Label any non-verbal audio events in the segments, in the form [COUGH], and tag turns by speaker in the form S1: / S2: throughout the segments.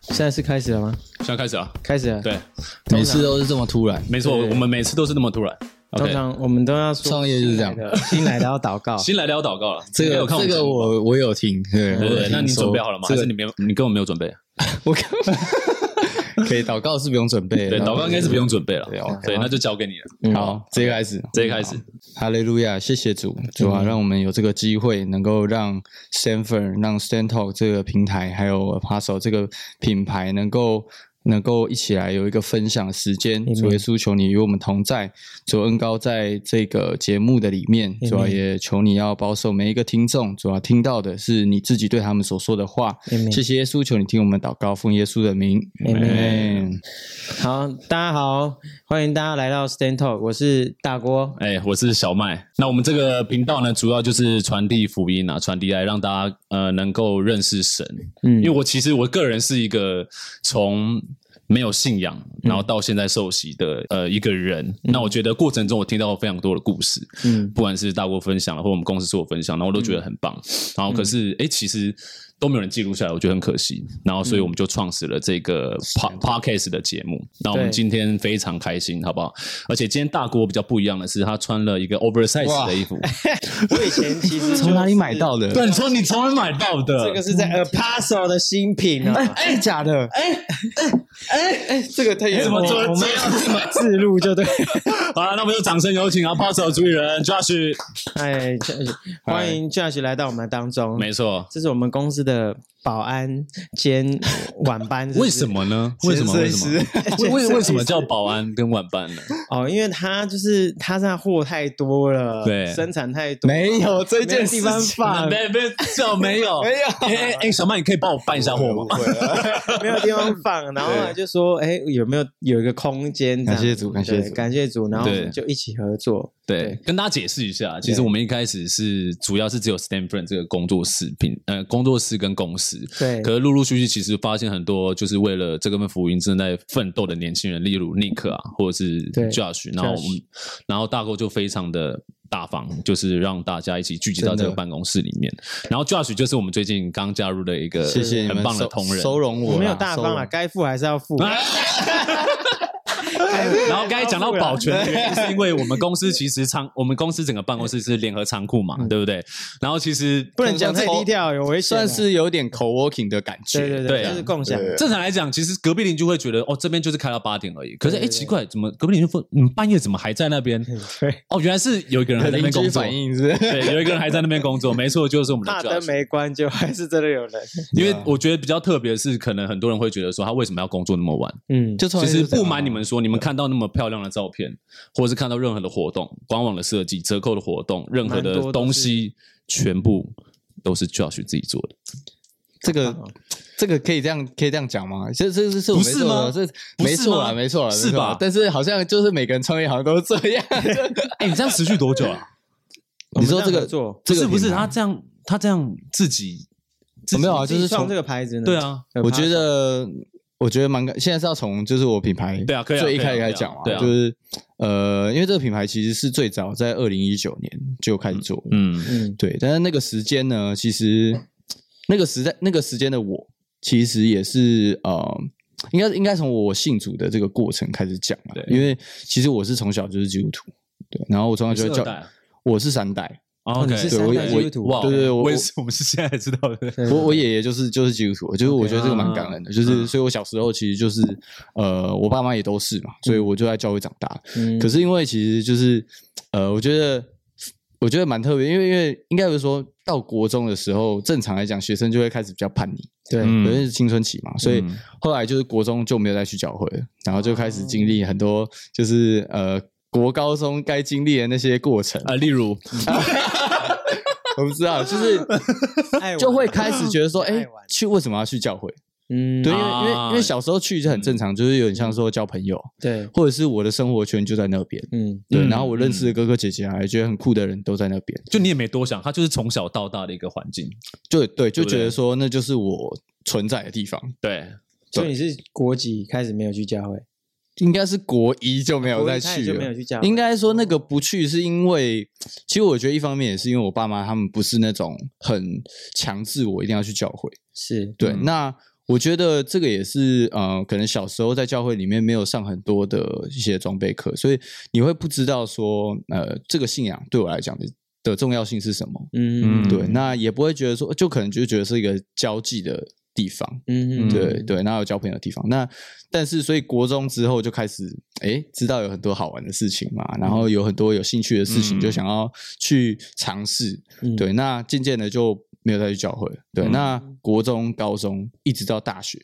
S1: 现在是开始了吗？
S2: 现在开始啊，
S1: 开始了。，
S2: 对，
S3: 每次都是这么突然。
S2: 没错，
S1: 对
S2: 我们每次都是那么突然。
S1: 通
S2: OK，
S1: 常我们都要说
S3: 创业就是这样
S1: 新来的，新来的要祷告。
S2: [LAUGHS] 新来的要祷告了，
S3: 这
S2: 你没
S3: 个
S2: 有看
S3: 这
S2: 们
S3: 个我我有听，对，
S2: 对
S3: 我
S2: 对
S3: 有
S2: 对，
S3: 听
S2: 那你
S3: 说
S2: 准备好了吗？
S3: 这
S2: 还
S3: 个
S2: 是你没有？你根本没有准备？啊
S3: 我看可以祷告是不用准备的， [LAUGHS]
S2: 对，祷告应该是不用准备了
S3: 对哦。
S2: 对，那就交给你了。
S1: 嗯
S3: 好，直接开始，
S2: 直接开始。
S3: 哈利路亚，谢谢主，主
S1: 嗯
S3: 啊，让我们有这个机会，能够让 Stanford、让 Stand Talk 这个平台，还有 Apostle 这个品牌，能够能够一起来有一个分享的时间。
S1: Amen
S3: 主耶稣，求你与我们同在，主恩高在这个节目的里面，
S1: Amen
S3: 主要也求你要保守每一个听众，主要啊听到的是你自己对他们所说的话。
S1: Amen
S3: 谢谢耶稣，求你听我们祷告，奉耶稣的名
S1: Amen
S3: Amen
S1: 好，大家好，欢迎大家来到 Stand Talk，我是大郭。
S2: 哎，我是小麦。那我们这个频道呢，主要就是传递福音啊，传递爱，让大家呃能够认识神。
S1: 嗯
S2: 因为我其实我个人是一个从没有信仰，
S1: 嗯
S2: 然后到现在受洗的呃一个人。那我觉得过程中我听到非常多的故事，
S1: 嗯
S2: 不管是大锅分享了，或我们公司做分享，然后我都觉得很棒。
S1: 嗯
S2: 然后可是哎、其实。都没有人记录下来，我觉得很可惜。然后，所以
S1: 嗯
S2: 我们就创始了这个 pod podcast 的节目。那我们
S1: 对
S2: 今天非常开心，好不好？而且今天大锅比较不一样的是，他穿了一个 oversize
S3: 哇
S2: 的衣服。
S1: 我以前其实
S3: 从哪里买到的？
S2: [LAUGHS] 对，你说你从哪买到的？
S1: 这个 [LAUGHS] 是在 Apostle 的新品啊。
S3: 哎，假的！哎哎哎，这个太
S2: 你
S3: 严
S2: 怎么做
S1: 我
S2: 得
S1: 们
S2: 这 [LAUGHS] 样？
S1: 自录就对。
S2: 好了，那我们就掌声有请啊 p a s 主理人 Josh。
S1: 哎，Josh，欢迎 Josh 来到我们当中。
S2: 没错，
S1: 这是我们公司的保安兼晚班。是不是
S2: 为什？么呢？为什么？为什么？为为为什么叫保安跟晚班呢？
S1: 哦，因为他就是他那货太多了，
S2: 对
S1: 生产太多，
S3: 没有这
S1: 没有
S3: 件
S1: 地
S3: 事
S1: 方
S3: 情，
S1: 放，
S2: 没没，这种没有
S3: 没有
S2: 哎哎哎，小曼，你可以帮我办一下货吗？
S3: [LAUGHS]
S1: 没有地方放，然后后来就说，哎，有没有有一个空间？
S3: 感谢
S1: 这样
S3: 主感谢
S1: 对
S3: 主
S1: 感谢主，然后我
S2: 对
S1: 们就一起合作，
S2: 对，跟大家解释一下，其实我们一开始是主要是只有 Stanford 这个工作室品，呃，工作室跟公司。
S1: 对
S2: 可是陆陆续续，其实发现很多就是为了这份福音正在奋斗的年轻人，例如 Nick 啊，或者是
S1: 对
S2: Josh，然后我们，然后大哥就非常的大方，就是让大家一起聚集到
S3: 真的
S2: 这个办公室里面。然后 Josh 就是我们最近刚加入的一个
S3: 谢谢你
S2: 很
S3: 们
S2: 棒的
S3: 收
S2: 同仁，
S3: 收容我啦，
S1: 我没有大方
S3: 收
S1: 啊，
S3: 容
S1: 该付还是要付。
S2: 然后刚才讲到保全员，是因为我们公司其实仓，我们公司整个办公室是联合仓库嘛，对不对？然后其实
S1: 不能讲太低调，有危险啊。
S3: 算是有点 co-working 的感觉。
S1: 对对
S2: 对
S1: 对，
S2: 啊
S1: 就是共享。
S3: 对
S2: 正常来讲，其实隔壁邻居会觉得，哦，这边就是开到八点而已。可是，哎，奇怪，怎么隔壁邻居说，你们半夜怎么还在那边？
S1: 对，
S2: 哦，原来是有一个人还在那
S3: 邻
S2: 边工
S3: 居
S2: 作。
S3: 反应是，
S2: 对，有一个人还在那边工作，没错，就是我们的
S1: 大
S2: Josh
S1: 灯没关，就还是真的有
S3: [LAUGHS]
S1: 人。
S2: 因为我觉得比较特别的是，可能很多人会觉得说，他为什么要工作那么晚？
S1: 嗯，
S3: [LAUGHS] 就
S2: 其实不瞒你们说，你们看到那么漂亮的照片，或者是看到任何的活动、官网的设计、折扣的活动、任何
S1: 蛮
S2: 的
S1: 多都
S2: 东西，全部都是 Josh 自己做的。
S3: 这个这个可以这样可以这样讲吗？这这这是我
S2: 不
S3: 没
S2: 是
S3: 错的，
S2: 吗
S3: 这
S2: 不
S3: 没
S2: 是
S3: 错
S2: 吗
S3: 啦，没错啦，
S2: 是
S3: 没错啦
S2: 吧
S3: 但是好像就是每个人创业好像都这样。
S2: 哎，你这样持续多久啊？
S1: 我
S3: 你
S1: 们
S3: 说这
S1: 样
S3: 个
S1: 合作，
S2: 不
S3: 这个
S2: 是不是，
S3: 品牌
S2: 他 [LAUGHS] 这样他这样自己自己
S3: 没有啊，
S1: 自
S3: 就
S1: 己
S3: 是
S1: 创
S3: 从
S1: 这个牌子呢？
S2: 对啊，
S1: 有
S3: 我
S1: 怕
S3: 觉得，我觉得蛮感，现在是要从就是我品牌
S2: 对啊可以啊
S3: 最一
S2: 可以啊
S3: 开始开
S2: 可以
S3: 始
S2: 啊
S3: 讲嘛，
S2: 对啊
S3: 就是呃，因为这个品牌其实是最早在二零一九年就开始做，
S2: 嗯
S1: 嗯，
S3: 对，但是那个时间呢，其实那个时代那个时间的我，其实也是呃，应该应该从我信主的这个过程开始讲嘛
S2: 对，
S3: 因为其实我是从小就是基督徒，对，然后我从小就会
S2: 你是二代
S3: 叫
S2: 啊
S3: 我是三代，
S2: 哦
S1: 你
S2: ，OK，
S1: 是
S3: 对我
S1: 三代
S3: 我
S1: 基督徒
S2: 哇，
S3: 对对对我
S2: 我也是，我们是现在才知道的。
S1: 对
S3: 我我爷爷就是就是基督徒，就是我觉得这个蛮感恩的，就是
S2: 嗯
S3: 所以我小时候其实就是呃，我爸妈也都是嘛，所以我就在教会长大。
S1: 嗯
S3: 可是因为其实就是呃，我觉得我觉得蛮特别，因为因为应该不是说到国中的时候，正常来讲学生就会开始比较叛逆，
S1: 对，
S2: 嗯
S3: 因为是青春期嘛，所以
S2: 嗯
S3: 后来就是国中就没有再去教会了，然后就开始经历很多就是呃国高中该经历的那些过程。
S2: 啊，例如
S3: [LAUGHS] 我不知道， [LAUGHS] 就是
S1: 爱玩
S3: 就会开始觉得说，哎、
S1: 爱玩
S3: 去为什么要去教会？
S1: 嗯，
S3: 对，因为
S2: 啊
S3: 因为因为小时候去就很正常，就是有点像说交朋友，
S1: 对，
S3: 或者是我的生活圈就在那边。
S1: 嗯，
S3: 对，
S2: 嗯
S3: 然后我认识的哥哥姐姐啊，也觉得很酷的人都在那边，
S2: 就你也没多想，他就是从小到大的一个环境。
S3: 就对，就
S2: 对
S3: 觉得说那就是我存在的地方。
S2: 对，
S1: 所以你是国籍开始没有去教会，
S3: 应该是国一就没有
S1: 国
S3: 再
S1: 一开始
S3: 去
S1: 就没有
S3: 了，
S1: 去哦教会，
S3: 应该说那个不去是因为，其实我觉得一方面也是因为我爸妈他们不是那种很强制我一定要去教会。
S1: 是
S3: 对，
S2: 嗯
S3: 那我觉得这个也是呃，可能小时候在教会里面没有上很多的一些装备课，所以你会不知道说呃，这个信仰对我来讲的的重要性是什么。
S1: 嗯
S4: 嗯
S3: 对，那也不会觉得说，就可能就觉得是一个交际的地方。
S4: 嗯
S1: 嗯
S3: 对对，那有交朋友的地方。那但是，所以国中之后就开始，哎，知道有很多好玩的事情嘛，然后有很多有兴趣的事情，
S4: 嗯
S3: 就想要去尝试。
S1: 嗯
S3: 对，那渐渐的就没有再去教会了。对，
S4: 嗯
S3: 那国中、高中一直到大学，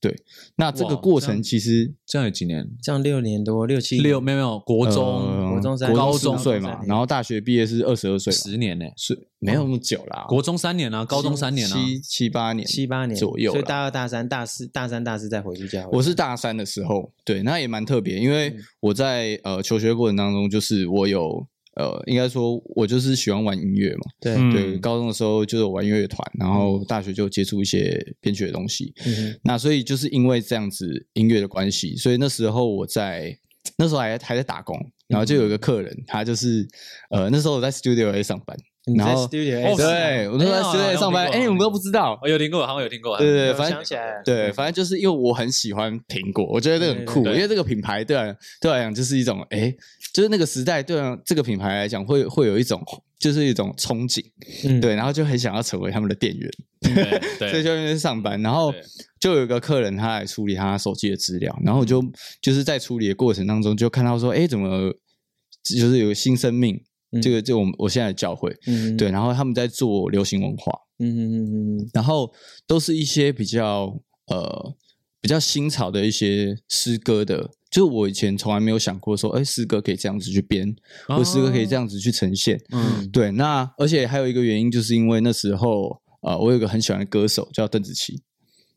S3: 对，那这个
S4: 哇
S3: 过
S4: 这样
S3: 程其实
S4: 这样有几年？
S1: 这样六年多六七年
S4: 六没有没有，国
S3: 呃啊
S4: 中
S1: 国中三
S3: 国
S1: 高
S3: 中
S1: 中
S3: 十岁
S1: 三
S3: 嘛，
S1: 年
S3: 然后大学毕业是二十二岁嘛，
S4: 十哦年呢，
S3: 是没有那么久啦，
S4: 国中三年啊，高中三年啊，
S3: 七七八年，
S1: 七八年
S3: 左右
S1: 所以
S3: 啦
S1: 大二大三大四大三大四再回去教会。
S3: 我是大三的时候，对，那也蛮特别，
S1: 嗯
S3: 因为我在呃求学过程当中，就是我有呃，应该说我就是喜欢玩音乐嘛，
S1: 对，
S4: 嗯
S3: 对，高中的时候就是有玩音乐团，然后大学就接触一些编曲的东西，
S1: 嗯
S3: 那所以就是因为这样子音乐的关系，所以那时候我在那时候还还在打工，然后就
S1: 嗯
S3: 有一个客人，他就是呃那时候我在 studio A 上班，
S1: 哼，你在
S3: 然后
S1: studio
S4: 哦
S1: A
S4: 是啊
S3: 对我那时候在
S4: 哎呀
S3: studio A 上班，
S4: 有
S3: 哎、
S4: 听过
S3: 你们都不知道，
S4: 哦我有听过，好像有听过，
S3: 对对对，
S1: 我
S3: 反
S1: 嗯
S3: 正
S1: 想起来了
S3: 对，反正就是因为我很喜欢苹果，我觉得这个很酷，
S4: 对对对
S3: 因为这个品牌对我来对我来讲就是一种，哎，就是那个时代对我来这个品牌来讲会会有一种就是一种憧憬，
S1: 嗯，
S3: 对，然后就很想要成为他们的店员，
S4: 对
S3: 所以
S4: 对
S3: 就在那边上班，然后
S4: 对
S3: 就有一个客人他来处理他手机的资料，然后我就
S4: 嗯
S3: 就是在处理的过程当中就看到说，哎，怎么就是有新生命，
S1: 嗯
S3: 这个就我们我现在的教会，
S1: 嗯，
S3: 对，然后他们在做流行文化，
S1: 嗯嗯嗯嗯
S3: 然后都是一些比较呃比较新潮的一些诗歌的，就是我以前从来没有想过说，哎，诗歌可以这样子去编，或诗歌可以这样子去呈现。
S4: 哦嗯
S3: 对，那而且还有一个原因，就是因为那时候呃，我有一个很喜欢的歌手叫邓紫棋，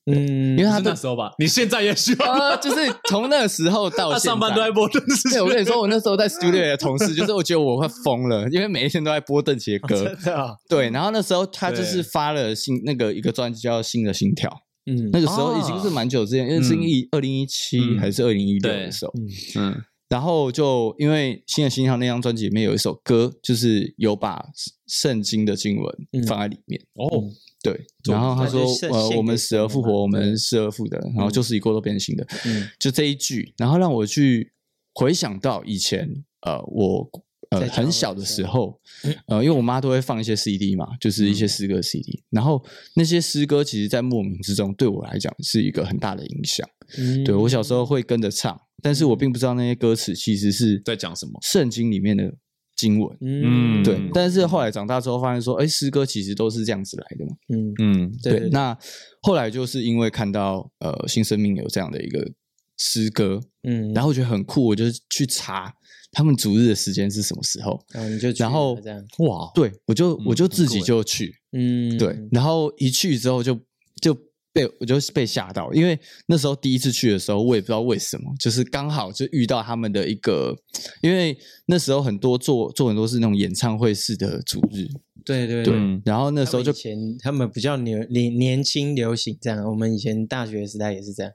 S1: 嗯，
S3: 因为
S4: 不
S3: 他
S4: 是
S3: 的
S4: 那时候吧，你现在也需要，
S3: 啊、 [LAUGHS] 就是从那时候到
S4: 他
S3: 现在
S4: 上班都在播电视
S3: 对，我
S4: 剧，
S3: 跟你说，我那时候在 studio 的同事，就是我觉得我快疯了，因为每一天都在播邓紫棋的歌。
S1: 真的啊，
S3: 对，然后那时候他就
S4: 哦对
S3: 是发了新那个一个专辑叫《新的心跳》，
S1: 嗯
S3: 那个时候已经是蛮久之前，因为是一二零一七
S4: 嗯
S3: 还是二零一六
S4: 对
S3: 的时候。
S1: 嗯
S4: 嗯，
S3: 然后就因为《新的心跳》那张专辑里面有一首歌，就是有把圣经的经
S1: 嗯
S3: 文放在里面。
S4: 哦，
S3: 对，
S4: 嗯
S3: 然后他说
S1: 那就献献
S3: 呃，
S1: 给
S3: 我们死而复活，我
S1: 神嘛对
S3: 们失而复得，然后旧事已过，都变成新的。
S1: 嗯
S3: 就这一句，然后让我去回想到以前呃我。呃，
S1: 在教会
S3: 很小的时候，
S1: 嗯
S3: 呃，因为我妈都会放一些 CD 嘛，就是一些诗歌 CD，、然后那些诗歌其实，在莫名之中对我来讲是一个很大的影响。
S1: 嗯，
S3: 对我小时候会跟着唱，但是我并不知道那些歌词其实是
S4: [LAUGHS] 在讲什么
S3: 圣经里面的经文。
S1: 嗯，嗯
S3: 对，
S4: 嗯
S3: 但是后来长大之后发现说，哎，诗歌其实都是这样子来的嘛。
S1: 嗯，
S4: 嗯，
S1: 对对
S3: 那后来就是因为看到呃新生命有这样的一个诗歌，
S1: 嗯，
S3: 然后我觉得很酷，我就去查他们主日的时间是什么时候。
S1: 然哦后你就去
S3: 然后
S1: 了这样，
S4: 哇，
S3: 对，我就
S4: 嗯
S3: 我就
S4: 很
S3: 自己
S4: 酷哎
S3: 就去，
S1: 欸嗯，
S3: 对，然后一去之后就就被我就被吓到，因为那时候第一次去的时候，我也不知道为什么，就是刚好就遇到他们的一个，因为那时候很多做做很多是那种演唱会式的主日，
S1: 对对
S3: 对，
S4: 嗯
S3: 然后那
S1: 那
S3: 时候就
S1: 以前他们比较年年年轻流行这样，我们以前大学时代也是这样，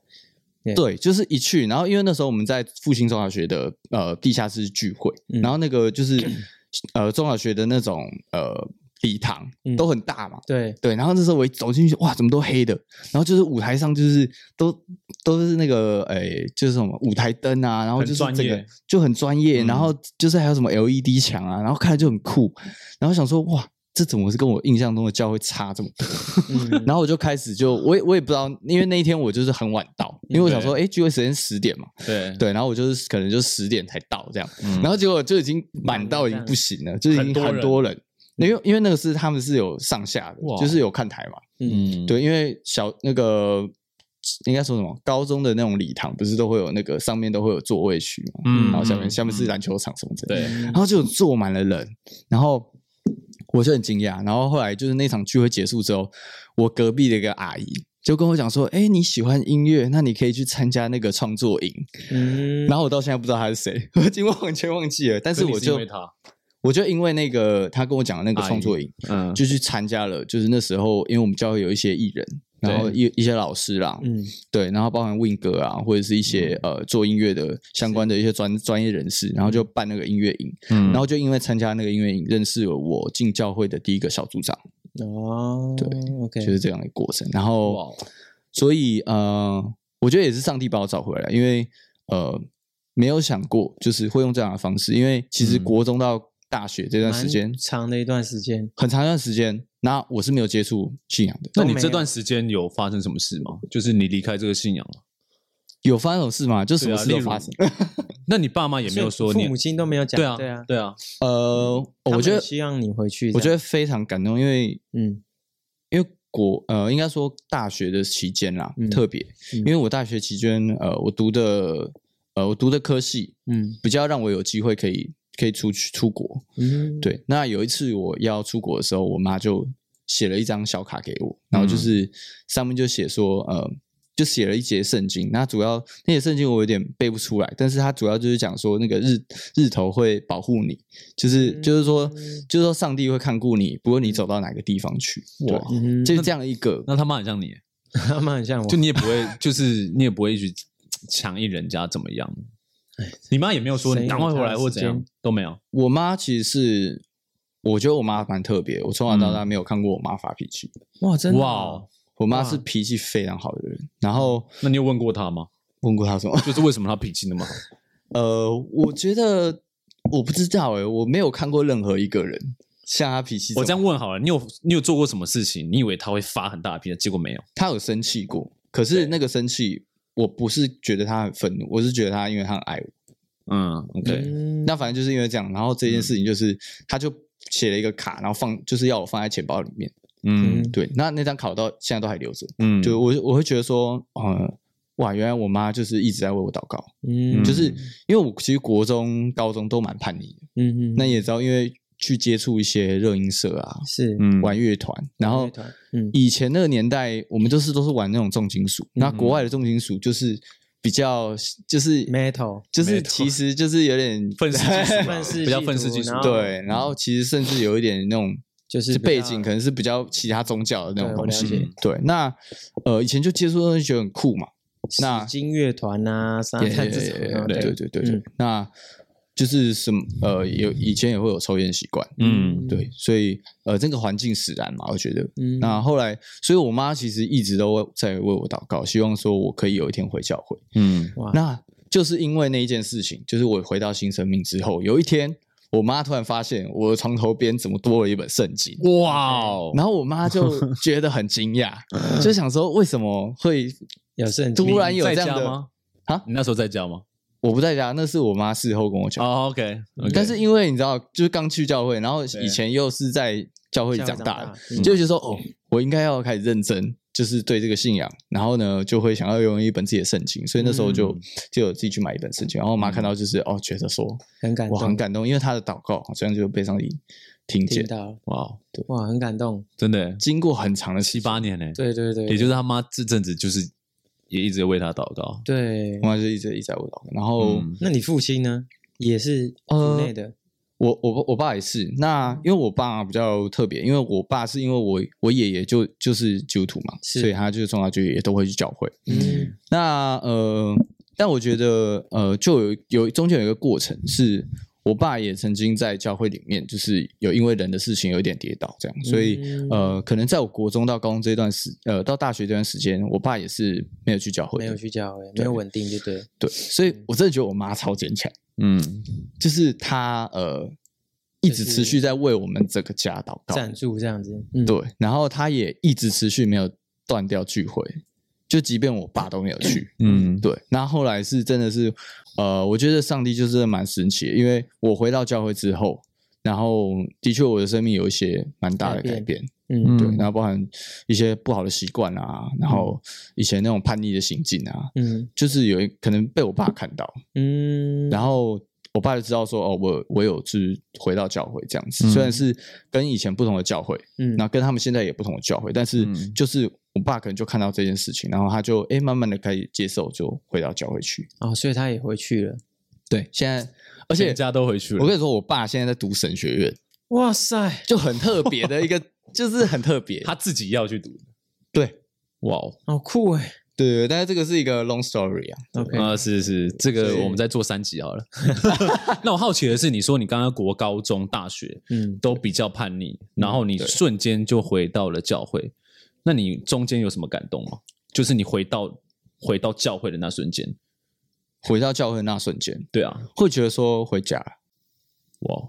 S3: 对，就是一去，然后因为那时候我们在复兴中小学的呃地下室聚会，
S1: 嗯
S3: 然后那个
S4: [COUGHS]
S3: 就是呃中小学的那种呃礼堂
S1: 嗯
S3: 都很大嘛， [LAUGHS]
S1: 对，
S3: 对，然后那时候我一走进去，哇，怎么都黑的？然后就是舞台上就是都都是那个诶，就是什么舞台灯啊，然后
S4: 很
S3: 就是
S4: 专
S3: 整个
S4: 业
S3: 就很专业，
S4: 嗯
S3: 然后就是还有什么 LED 墙啊，然后看着就很酷，然后想说哇。这怎么是跟我印象中的教会差这么多？
S1: 嗯
S3: 然后我就开始就我也我也不知道，因为那一天我就是很晚到，因为我想说，
S4: 对
S3: 诶，聚会时间十点嘛，
S4: 对，
S3: 对，然后我就是可能就十点才到这样，
S4: 嗯
S3: 然后结果就已经满到已经不行了，就已经很多人，因为因为那个是他们是有上下的
S4: 哇，
S3: 就是有看台嘛，
S4: 嗯，
S3: 对，因为小那个应该说什么，高中的那种礼堂不是都会有那个上面都会有座位区嘛，
S4: 嗯
S3: 然后下面
S4: 嗯
S3: 下面
S4: 嗯
S3: 是篮球场什么之类的，
S4: 对，
S3: 然后就坐满了人，然后我就很惊讶。然后后来就是那场聚会结束之后，我隔壁的一个阿姨就跟我讲说：“哎，你喜欢音乐，那你可以去参加那个创作营。
S1: 嗯，
S3: 然后我到现在不知道她是谁， [LAUGHS] 我已经完全忘记了。但是
S4: 可你
S3: 我
S4: 因
S3: 就
S4: 为他，
S3: 我就因为那个她跟我讲的那个创作营，
S4: 嗯，
S3: 就去参加了。就是那时候，因为我们教会有一些艺人。然后一一些老师啦，
S1: 嗯
S3: 对，然后包含 Win 哥啊，或者是一些、
S4: 嗯
S3: 呃做音乐的相关的一些专专业人士，然后就办那个音乐营，
S4: 嗯
S3: 然后就因为参加那个音乐营，认识了我进教会的第一个小组长，
S1: 哦，
S3: 对
S1: ，OK，
S3: 就是这样的过程。然后
S4: 哇，哦
S3: 所以呃，我觉得也是上帝把我找回来，因为呃，没有想过就是会用这样的方式，因为其实
S1: 嗯
S3: 国中到大学这段时间、
S1: 蛮长的一段时间，
S3: 很长一段时间，那我是没有接触信仰的。
S4: 那
S1: 都
S4: 你
S1: 没
S4: 这
S1: 有
S4: 段时间有发生什么事吗？就是你离开这个信仰了，
S3: 有发生什么事吗？就什么事
S4: 对啊
S3: 都
S4: 例如
S3: 发生。 [LAUGHS]
S4: 那你爸妈也没有说
S1: 父
S4: 你
S1: 母亲都没有讲，
S4: 对啊
S1: 对啊，
S4: 对啊，
S3: 呃，
S1: 他们
S3: 我觉得
S1: 希望你回去这样
S3: 我觉得非常感动，因为
S1: 嗯
S3: 因为国呃，应该说大学的期间啦，
S1: 嗯
S3: 特别，
S1: 嗯
S3: 因为我大学期间呃，我读的呃，我读的科系
S1: 嗯
S3: 比较让我有机会可以可以出去出国。
S1: 嗯，
S3: 对，那有一次我要出国的时候，我妈就写了一张小卡给我，
S1: 嗯
S3: 然后就是上面就写说，呃，就写了一节圣经。那主要那节圣经我有点背不出来，但是它主要就是讲说那个日日头会保护你，就是、就是说
S1: 嗯
S3: 就是说上帝会看顾你，不论你走到哪个地方去。对
S4: 哇，
S1: 嗯，
S3: 就这样一个
S4: 那他妈很像你，
S1: [LAUGHS] 他们很像我，
S4: 就你也不会，就是你也不会一直强硬人家怎么样。
S3: 哎
S4: 你妈也没有说
S1: 谁
S4: 你赶快
S1: 有
S4: 回
S1: 他
S4: 来
S1: 的
S4: 或
S1: 时
S4: 怎样
S1: 间，
S4: 都没有。
S3: 我妈其实是，我觉得我妈蛮特别，我从小到大没有看过我妈发脾气。
S1: 哇，真的
S4: 哇
S1: 哦
S4: 哦，
S3: 我妈
S1: 哇
S3: 是脾气非常好的人，然后
S4: 那你有问过她吗？
S3: 问过她什么？ [LAUGHS]
S4: 就是为什么她脾气那么好？
S3: 呃，我觉得我不知道哎、我没有看过任何一个人像她脾气么。
S4: 我这样问好了，你有你有做过什么事情？你以为她会发很大的脾气，结果没有。
S3: 她有生气过，可是那个生气，我不是觉得她很愤怒，我是觉得她因为她很爱我。
S4: 嗯，OK，
S1: 嗯
S3: 那反正就是因为这样，然后这件事情就是，她就写了一个卡，然后放就是要我放在钱包里面。
S4: 嗯
S1: 嗯
S3: 对，那那张卡我到现在都还留着。
S4: 嗯，
S3: 就我我会觉得说，呃，哇，原来我妈就是一直在为我祷告，
S1: 嗯
S3: 就是因为我其实国中、高中都蛮叛逆的，
S1: 嗯嗯，
S3: 那也知道，因为去接触一些热音社啊、
S1: 是
S4: 嗯
S3: 玩乐团，然后
S1: 乐团嗯
S3: 以前那个年代，我们就是都是玩那种重金属，那
S1: 嗯
S3: 国外的重金属就是比较就是。
S1: metal
S3: 就是，
S4: Metal
S3: 其实就是有点
S4: 愤世嫉俗啊
S1: [LAUGHS] 愤世，
S4: 比较
S1: 嫉
S4: 愤世
S1: 俗
S4: 嫉俗
S1: 然。后
S3: [LAUGHS] 对，然后其实甚至有一点那种
S1: [LAUGHS] 就是比
S3: 背
S1: 较
S3: 景可能是比较其他宗教的那种
S1: 对我
S3: 东西
S1: 了解。
S3: 对，那呃以前就接触的东西觉得很酷嘛，那
S1: 那金乐团啊啥
S3: 对
S1: 的这种的，
S3: 对对对对对
S1: 嗯，
S3: 那就是什么呃有以前也会有抽烟习惯，
S4: 嗯
S3: 对，所以呃这个环境使然嘛，我觉得。
S1: 嗯
S3: 那后来，所以我妈其实一直都在为我祷告，希望说我可以有一天回教会。
S4: 嗯
S1: 哇
S3: 那就是因为那一件事情，就是我回到新生命之后，有一天我妈突然发现我的床头边怎么多了一本圣经，
S4: 哇哦，
S3: 然后我妈就觉得很惊讶，就想说为什么会
S1: 有圣经
S3: 突然有
S4: 在
S3: 这
S4: 家
S3: 样的？
S4: 吗？
S3: 啊
S4: 你那时候在家吗？
S3: 我不在家，那是我妈事后跟我讲。
S4: 哦，OK，
S3: 但是因为你知道，就是刚去教会，然后以前又是在教会里长大的，
S1: 的
S3: 就觉得说哦，我应该要开始认真，就是对这个信仰。然后呢，就会想要拥有一本自己的圣经，所以那时候就、
S4: 嗯
S3: 就有自己去买一本圣经。然后我妈看到就是、哦，觉得说
S1: 很感
S3: 我很
S1: 动，
S3: 感动，因为她的祷告好像就被上帝听见
S1: 听。到了
S4: 哇哦，
S1: 哇，很感动，
S4: 真的
S3: 经过很长的
S4: 七
S3: 期间，
S4: 八年呢，
S1: 对对对，
S4: 也就是他妈这阵子就是也一直为他祷告。
S1: 对
S3: 我。妈就一直一直在我祷告。然后、
S4: 嗯
S1: 那你父亲呢，也是
S3: 呃
S1: 族内的，
S3: 我我爸我爸也是，那因为我爸比较特别，因为我爸是因为我我爷爷就就是基督徒嘛，
S1: 是
S3: 所以他就是从小就也都会去教会。
S1: 嗯
S3: 那呃，但我觉得呃，就有有中间有一个过程是。我爸也曾经在教会里面，就是有因为人的事情有一点跌倒，这样，所以、
S1: 嗯
S3: 呃，可能在我国中到高中这段时，呃，到大学这段时间，我爸也是没有去教会
S1: 没
S3: 的，
S1: 有去嗯教会，没有稳定，就对，
S3: 对，所以我真的觉得我妈超坚强，
S4: 嗯，
S3: 就是她呃一直
S1: 就是
S3: 持续在为我们整个家祷告，
S1: 赞助这样子，嗯，
S3: 对，然后他也一直持续没有断掉聚会，就即便我爸都没有去，
S4: 嗯
S3: 对。那后来是真的是，呃，我觉得上帝就是蛮神奇的，因为我回到教会之后，然后的确我的生命有一些蛮大的改
S1: 改
S3: 变，
S1: 嗯
S3: 对，然后包含一些不好的习惯啊，然后以前那种叛逆的行径啊，
S1: 嗯
S3: 就是有一可能被我爸看到，
S1: 嗯，
S3: 然后我爸就知道说，哦，我我有去回到教会这样子，
S4: 嗯
S3: 虽然是跟以前不同的教会，
S1: 嗯
S3: 那跟他们现在也不同的教会，但是
S4: 嗯
S3: 就是我爸可能就看到这件事情，然后他就哎慢慢的开始接受，就回到教会去。
S1: 哦，所以他也回去了，
S3: 对，现在而
S4: 而
S3: 且
S4: 家都回去
S3: 我
S4: 了。
S3: 跟你说，我爸现在在读神学院，
S1: 哇塞，
S3: 就很特别的
S4: [LAUGHS]
S3: 一个，就是很特别。
S4: 他自己要去读的。
S3: 对
S4: 哇哦，
S1: 好酷哎
S3: 对对，但是这个是一个 long story 啊。
S1: ，OK，
S4: 啊，是是，这
S1: 是
S4: 个我们再做三集好 [LAUGHS] 了。那我好奇的是，你说你刚刚国高中、大学
S1: 嗯，
S4: 都比较叛逆，然后你
S3: 对
S4: 瞬间就回到了教会，那你中间有什么感动吗？就是你回到回到教会的那瞬间，
S3: 回到教会那瞬间，
S4: 对啊，
S3: 会觉得说回家了，
S4: 哇，哦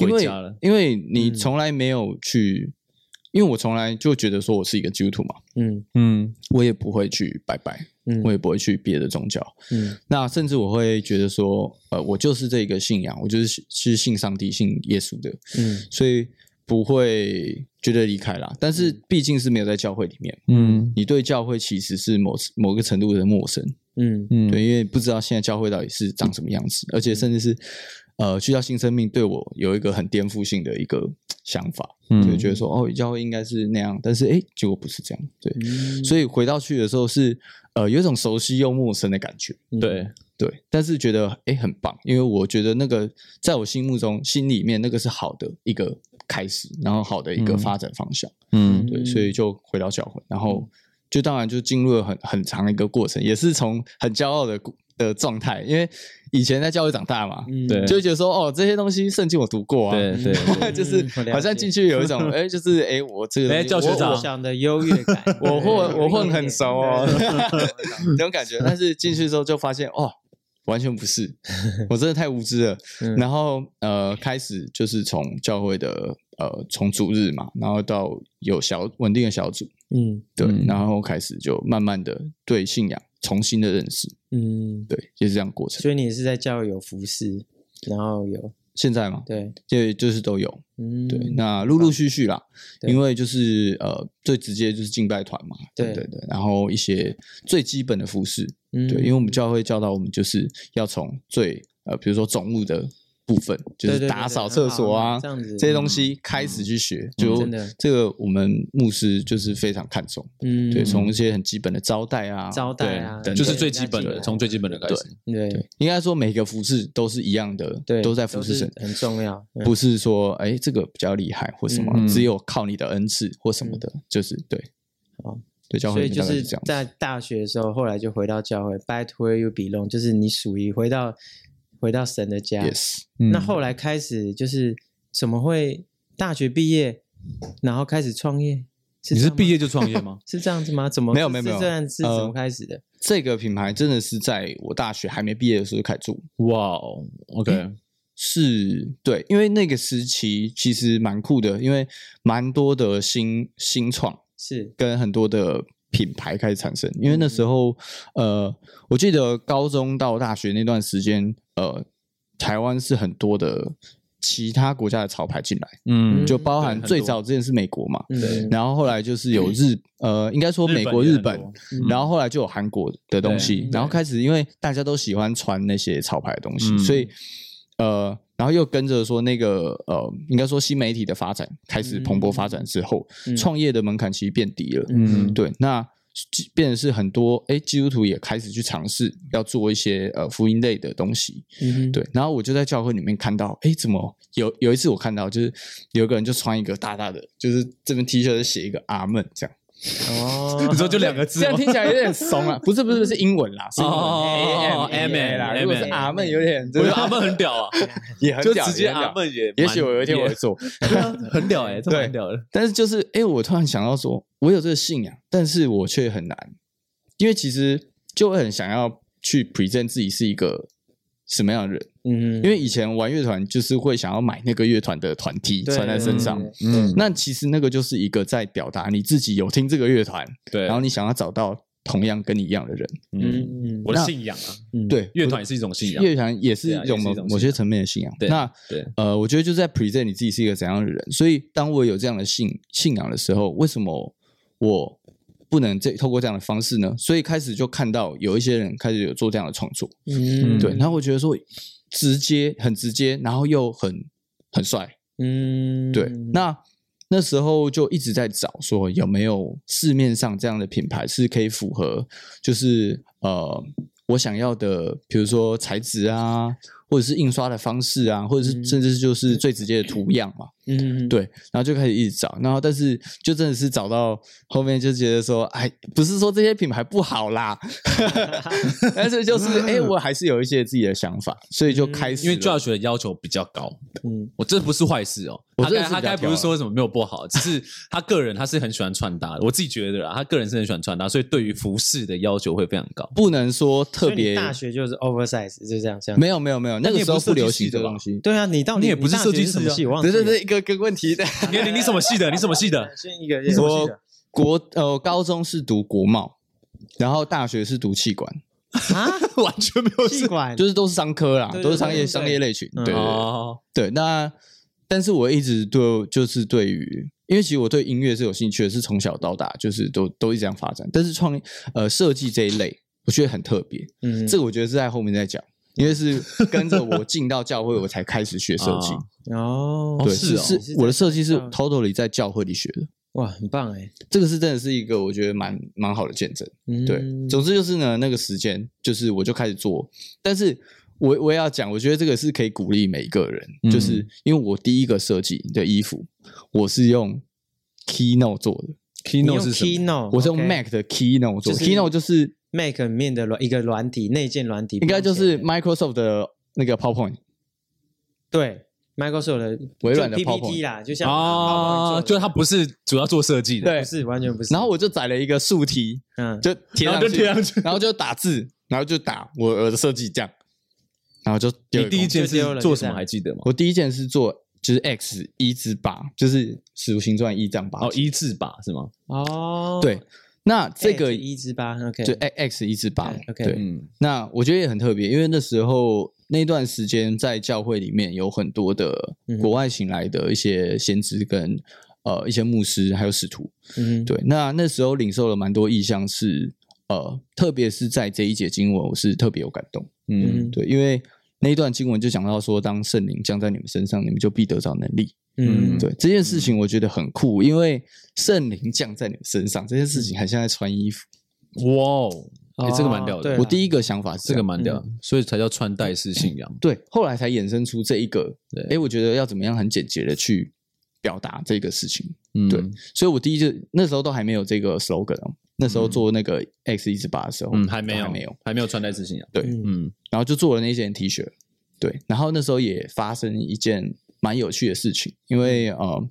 S3: 因
S4: 回
S3: 为
S4: 家了，
S3: 因为你
S1: 嗯
S3: 从来没有去，因为我从来就觉得说我是一个基督徒嘛，
S1: 嗯
S4: 嗯，
S3: 我也不会去拜拜，
S1: 嗯
S3: 我也不会去别的宗教，
S1: 嗯
S3: 那甚至我会觉得说，呃，我就是这个信仰，我就是是信上帝、信耶稣的，
S1: 嗯
S3: 所以不会觉得离开啦。但是毕竟是没有在教会里面，
S4: 嗯
S3: 你对教会其实是某某个程度的陌生，
S1: 嗯
S4: 嗯
S3: 对，因为不知道现在教会到底是长什么样子，而且甚至是呃，去到新生命对我有一个很颠覆性的一个想法，
S4: 嗯
S3: 就觉得说哦，教会应该是那样，但是诶，结果不是这样，对，
S1: 嗯，
S3: 所以回到去的时候是呃，有一种熟悉又陌生的感觉。
S1: 以
S4: 对，
S3: 对，但是觉得诶很棒，因为我觉得那个在我心目中、心里面那个是好的一个开始，然后好的一个
S4: 嗯
S3: 发展方向。
S4: 嗯
S3: 对，
S1: 嗯
S3: 所以就回到教会，然后就当然就进入了很很长一个过程，也是从很骄傲的过的状态，因为以前在教会长大嘛，
S1: 嗯
S4: 对
S3: 就会觉得说哦这些东西圣经我读过啊，
S4: 对嗯对对
S3: [LAUGHS] 就是
S1: 我了解
S3: 好像进去有一种诶，就是诶我这个东
S4: 诶
S3: 西
S4: 教学
S3: 我
S4: 长
S1: 我想的优越感， [LAUGHS]
S3: 我混我混很熟哦 [LAUGHS]
S1: 对， [LAUGHS]
S3: 这种感觉。但是进去之后就发现，哦，完全不是，我真的太无知了。
S1: 嗯
S3: 然后呃，开始就是从教会的呃，从主日嘛，然后到有小稳定的小组，
S1: 嗯
S3: 对，
S4: 嗯
S3: 然后开始就慢慢的对信仰重新的认识，
S1: 嗯，
S3: 对，也是这样的过程。
S1: 所以你是在教会有服侍，然后有
S3: 现在嘛，
S1: 对，
S3: 就就是都有，
S1: 嗯
S3: 对，那陆陆续续啦，
S1: 对
S3: 因为就是呃，最直接就是敬拜团嘛，
S1: 对
S3: 对对，然后一些最基本的服饰，
S1: 嗯
S3: 对，因为我们教会教导我们就是要从最呃，比如说总务的部分，就
S1: 对
S3: 是
S1: 对
S3: 打
S1: 对
S3: 扫
S1: 很
S3: 厕
S1: 好
S3: 所
S1: 很好
S3: 啊
S1: 这样子嗯
S3: 这些东西开始去学，
S1: 真的
S3: 就这个我们牧师就是非常看重，
S1: 嗯
S3: 对，从一些很基本的招待啊，
S1: 招待啊
S3: 对等等
S4: 就是最
S1: 对那
S4: 基本
S1: 基本
S4: 的，
S1: 的
S4: 从最基本的开始，
S1: 对
S3: 应该说每个服饰都是一样的，
S1: 对，
S3: 都在服侍
S1: 是
S3: 神，
S1: 很重要，嗯
S3: 不是说哎这个比较厉害或什么，
S4: 嗯
S3: 只有靠你的恩赐或什么的，就是对
S1: 嗯好，
S3: 对教
S1: 所
S3: 会
S1: 以
S3: 里面
S1: 就
S3: 大概
S1: 是
S3: 这样子。
S1: 在大学的时候，后来就回到教会，Back to where you belong，就是你属于回到回到神的家。
S3: Yes，嗯
S1: 那后来开始就是怎么会大学毕业，然后开始创业？是
S4: 你是
S1: 这样吗
S4: 毕业就创业吗？
S1: 是这样子吗？怎么
S3: 没有没有
S1: 是
S3: 没有
S1: 这样是怎
S3: 呃
S1: 么开始的？
S3: 这个品牌真的是在我大学还没毕业的时候就开始做，
S4: 哇哦，OK，
S3: 是对，因为那个时期其实蛮酷的，因为蛮多的新新创
S1: 是
S3: 跟很多的品牌开始产生。因为那
S4: 嗯
S3: 时候，呃，我记得高中到大学那段时间，呃，台湾是很多的其他国家的潮牌进来，
S4: 嗯
S3: 就包含
S4: 对
S3: 最
S4: 很多
S3: 早之前是美国嘛，
S1: 嗯，
S3: 然后后来就是有日，呃，应该说美国、
S4: 也
S3: 日
S4: 很多
S3: 本，
S1: 嗯
S3: 然后后来就有韩国的东西
S1: 对，
S3: 然后开始因为大家都喜欢穿那些潮牌的东西，
S4: 嗯
S3: 所以呃，然后又跟着说那个呃，应该说新媒体的发展开始蓬勃发展之后，
S1: 嗯
S3: 创业的门槛其实变低了。
S4: 嗯
S3: 对，那基变得是很多哎，基督徒也开始去尝试要做一些呃福音类的东西。
S1: 嗯哼，
S3: 对，然后我就在教会里面看到，哎，怎么有有一次我看到就是有一个人就穿一个大大的，就是这边 T 恤就写一个阿门这样。
S1: 哦，
S4: 你说就两个
S3: 这
S4: 字
S3: 样
S4: 吗？
S3: 听起来有点怂啊， [LAUGHS] 不是不是是英文啦，是英文
S4: 哦
S3: A M A 啦。
S4: AMA
S3: 如果是阿妹，有点
S4: 我觉
S3: 就是
S4: 得阿笨很屌啊，
S3: [LAUGHS] 也很
S4: 就
S3: 屌
S4: 直接
S3: 也很屌
S4: 阿笨也蛮，
S3: 也许我有一天我会做，
S4: [LAUGHS] 对啊很屌哎，这蛮屌的，
S3: [LAUGHS] 但是就是哎，我突然想到说，我有这个信仰，但是我却很难，因为其实就会很想要去 present 自己是一个什么样的人，
S1: 嗯，
S3: 因为以前玩乐团就是会想要买那个乐团的团 T
S1: 对
S3: 穿在身上
S1: 对。对
S4: 嗯，
S3: 那其实那个就是一个在表达你自己有听这个乐团，
S4: 对，
S3: 然后你想要找到同样跟你一样的人，
S4: 嗯，
S1: 嗯
S4: 我
S3: 那
S4: 信仰啊，
S1: 嗯，
S3: 对，
S4: 乐团也是一种信仰，
S3: 乐团也是
S4: 对啊
S3: 一种
S4: 也是
S3: 某
S4: 一种
S3: 某
S4: 信
S3: 些
S4: 仰
S3: 层面的信仰。
S4: 对
S3: 那
S4: 对，
S3: 呃，我觉得就在 present 你自己是一个怎样的人。所以，当我有这样的信信仰的时候，为什么我不能这透过这样的方式呢？所以开始就看到有一些人开始有做这样的创作，
S1: 嗯，
S3: 对。然后我觉得说直接很直接，然后又很很帅，
S1: 嗯，
S3: 对。那那时候就一直在找说有没有市面上这样的品牌是可以符合，就是呃我想要的，比如说材质啊，或者是印刷的方式啊，或者是甚至就是最直接的图样嘛。
S1: 嗯，
S3: 对，然后就开始一直找，然后但是就真的是找到后面就觉得说，哎，不是说这些品牌不好
S1: [LAUGHS]
S3: 啦，但是就是哎，我还是有一些自己的想法，所以就开始
S2: 因
S3: 了、
S2: 为 Josh 的要求比较高，
S1: 嗯
S2: 我这不是坏事哦。
S3: 我
S2: 他
S3: 真
S2: 该
S3: 的是
S2: 他
S3: 比较
S2: 该不
S3: 挑
S2: 是
S3: 啊
S2: 说什么没有不好，只是他个人他是很喜欢穿搭的，我自己觉得啦，他个人是很喜欢穿搭，所以对于服饰的要求会非常
S1: [LAUGHS]
S2: 高。
S3: 不能说特
S1: 所以你
S3: 别
S1: 大学就是 oversize，就这样这样。
S3: 没有没有没有，那
S2: 你
S3: 个
S2: 也
S3: 时候
S2: 不是设
S3: 不
S2: 计
S3: 流
S2: 系的
S3: 行这
S2: 吧
S3: 东西。
S1: 对啊，你到底
S2: 你也不是
S1: 大学
S2: 设计师
S1: 什么
S2: 啊
S1: 系？忘记
S3: 对对
S1: 了
S3: 对，一个一个问题 [LAUGHS] 的。
S2: 你你你什么系的？你什么系
S1: [LAUGHS]
S2: 的？
S1: 先一个一个
S3: 我国呃高中是读国贸，然后大学是读气管， [LAUGHS]
S1: 啊，
S2: 完全没有
S1: 气管
S3: 就是都是商科啦，
S1: 嗯对对
S3: 都是商业
S1: 对对
S3: 商业类群。
S1: 嗯
S3: 对对对
S2: 哦，
S3: 对，那但是我一直对就是对于，因为其实我对音乐是有兴趣的，是从小到大就是都都一直这样发展。但是创呃设计这一类，我觉得很特别，
S1: 嗯
S3: 这个我觉得是在后面再讲。因为
S1: [LAUGHS]
S3: 是跟着我进到教会，我才开始学设计
S2: 啊。
S1: 哦，
S3: 对，
S2: 是哦
S3: 是
S1: 你是
S3: 我的
S1: 在
S3: 设计是
S1: 教
S3: totally 在教会里学的。
S1: 哇，很棒哎，
S3: 这个是真的是一个我觉得蛮蛮好的见证。
S1: 嗯
S3: 对，总之就是呢，那个时间就是我就开始做，但是我我也要讲，我觉得这个是可以鼓励每一个人，
S2: 嗯
S3: 就是因为我第一个设计的衣服，我是用 Keynote 做的，
S1: 你用
S2: Keynote 是什么？
S1: Keynote，
S3: 我是用
S1: OK
S3: Mac 的 Keynote 做
S1: 就是
S3: 的、k e y n o t e 就是。
S1: Mac 里面的软一个软体，内建软体，
S3: 应该就
S1: 并且
S3: 是 Microsoft 的那个 PowerPoint，
S1: 对 Microsoft 的
S3: 微软的
S1: 就
S3: PowerPoint
S1: PPT 啦，就像
S2: 哦，
S1: 哦，
S2: 就是他不是主要做设计的，
S3: 对
S1: 不是完全不是，
S3: 然后我就载了一个竖题，
S1: 嗯，
S3: 就贴
S2: 然
S3: 上
S2: 后
S3: 去，
S2: 就贴上去。
S3: 然后就打字，然后就打我我的设计这样，然后就丢
S2: 你
S3: 给
S2: 第一
S3: 公司
S2: 件
S1: 就丢
S2: 是
S1: 了
S2: 做
S1: 就
S2: 什
S1: 这
S2: 么
S1: 样
S2: 还记得吗？
S3: 我第一件是做就是 X 一至八，就是《使徒行传》一章八
S2: 哦，一字吧是吗？
S1: 哦，
S3: 对，那这个
S1: 哎一至八，OK，
S3: 就 X 一至八
S1: OK
S3: 对。
S2: 嗯，
S3: 那我觉得也很特别，因为那时候那段时间在教会里面有很多的
S1: 嗯
S3: 国外请来的一些先知跟呃一些牧师还有使徒，
S1: 嗯，
S3: 对。那那时候领受了蛮多意象是呃，特别是在这一节经文，我是特别有感动，
S1: 嗯，
S3: 对，因为。那一段经文就讲到说，当圣灵降在你们身上，你们就必得着能力。
S1: 嗯，
S2: 嗯
S3: 对这件事情，我觉得很酷，因为圣灵降在你们身上这件事情，很像在穿衣服。
S2: 哇哦，哎
S1: 嗯哦
S2: 这个蛮屌
S1: 对嗯啦
S2: 的
S3: 我，第一个想法是
S2: 这
S3: 样
S2: 个蛮屌的，所以才叫穿戴式信仰。
S3: 对，后来才衍生出这一个
S2: 对。
S3: 哎，我觉得要怎么样很简洁的去表达这个事情。
S2: 嗯，
S3: 对所以我第一就那时候都还没有这个 slogan 哦，那时候做那个 X 一直八的时候，
S2: 嗯，还没
S3: 都
S2: 有，
S3: 还没有，，
S2: 还没有穿戴式信仰。
S3: 对
S1: 嗯
S2: 嗯，
S3: 然后就做了那件 T 恤。对，然后那时候也发生一件蛮有趣的事情，因为
S1: 嗯
S3: 呃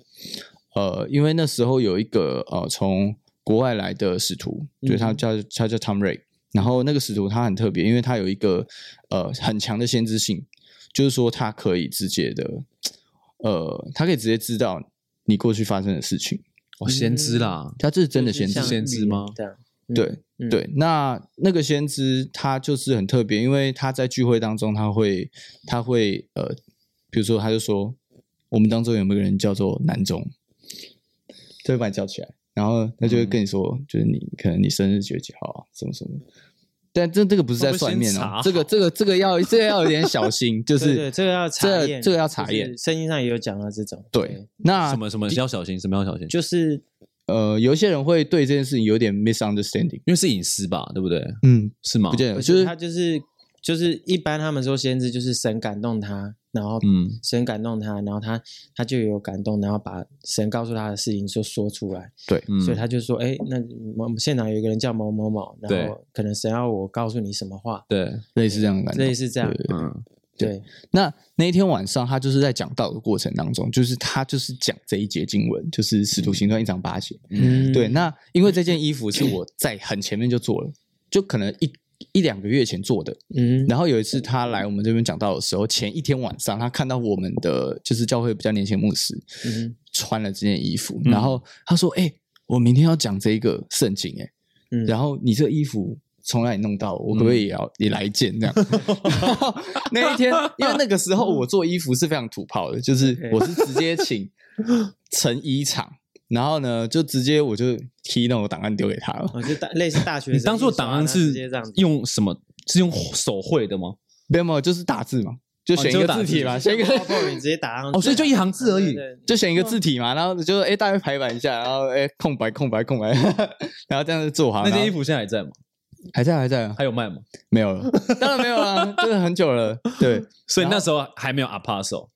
S3: 呃，因为那时候有一个呃从国外来的使徒，对他
S1: 嗯
S3: 叫他叫 Tom Ray，然后那个使徒他很特别，因为他有一个呃很强的先知性，就是说他可以直接的呃，他可以直接知道你过去发生的事情，
S2: 我哦先知
S1: 嗯
S2: 啦，
S3: 他这是真的
S1: 就是
S3: 先知
S1: 像
S3: 性。
S2: 先知吗
S1: 这样，嗯
S3: 对，
S1: 嗯
S3: 对，那那个先知他就是很特别，因为他在聚会当中他会他会呃，比如说他就说我们当中有没有个人叫做南中，他会把你叫起来，然后他就会跟你说，
S1: 嗯
S3: 就是你可能你生日几月几号啊，什么什么。但这这个不是在
S2: 会不会
S3: 算
S2: 先
S3: 命哦
S2: 查，
S3: 这个这个这个要这个要有点小心，就
S1: 对
S3: 是
S1: 对这个要查
S3: 这
S1: 验
S3: 这个要查验
S1: 就。是圣经上也有讲到这种，
S3: 对，，那
S1: 啊
S2: 什么什么要小心，什么要小心，
S1: 就是
S3: 呃，有一些人会对这件事情有点 misunderstanding，
S2: 因为是隐私吧，对不对？
S3: 嗯，
S2: 是吗
S3: 不？见
S1: 不
S3: 得
S1: 是
S3: 就是
S1: 哦他就是就是一般他们说先知就是神感动他，然后
S2: 嗯
S1: 神感动他，然后他他就有感动，然后把神告诉他的事情就说出来，
S3: 对，
S2: 嗯，
S1: 所以他就说，哎，那我们现场有一个人叫某某某，然后可能神要我告诉你什么话，
S2: 对，
S3: 类似这样的感觉，
S1: 类似这样
S3: 对，对对
S2: 嗯，
S1: 对，
S3: 那那一天晚上，他就是在讲道的过程当中，就是他就是讲这一节经文，就是《使徒行传》一章八节。
S1: 嗯
S3: 对，那因为这件衣服是我在很前面就做了，就可能一一两个月前做的。
S1: 嗯，
S3: 然后有一次他来我们这边讲道的时候，前一天晚上，他看到我们的就是教会比较年轻的牧师
S1: 嗯
S3: 穿了这件衣服，
S2: 嗯
S3: 然后他说：“哎、我明天要讲这一个圣经、哎，
S1: 嗯
S3: 然后你这衣服从哪里弄到？我可不可以也要、也来一件
S2: [LAUGHS]
S3: 这样？然后那一天，因为那个时候我做衣服是非常土炮的，就是
S1: OK
S3: 我是直接请
S2: [LAUGHS]
S3: 成衣厂，然后呢就直接我就 key 那种档案丢给他
S2: 嗯
S3: 了，
S1: 哦，就大类似大学生
S2: 你当做
S1: 印刷
S2: 档案
S1: 他啊直
S2: 是
S1: 接这样子
S2: 用什么？是用手绘的吗？
S3: 没有没有，就是打字嘛，就选一
S2: 哦你
S3: 个
S2: 就打字
S3: 字体嘛，选一个。
S1: PowerPoint 直接打上去，啊
S2: 哦，所以就一行字而
S1: 对
S2: 已。
S1: 对
S3: [LAUGHS] 就选一个字体
S2: 嗯
S3: 嘛，然后就哎， [LAUGHS] 大概排版一下，然后哎，空白空白空白，然后这样子做好。
S1: 啊
S2: 那
S3: 然后
S2: 件衣服现在还在吗？
S3: 还在还在啊，
S2: 还有卖吗？
S3: 没
S2: [LAUGHS]
S3: 有了，当然没有啦，真的很久了。对，
S2: 所以那时候还没有 Apostle，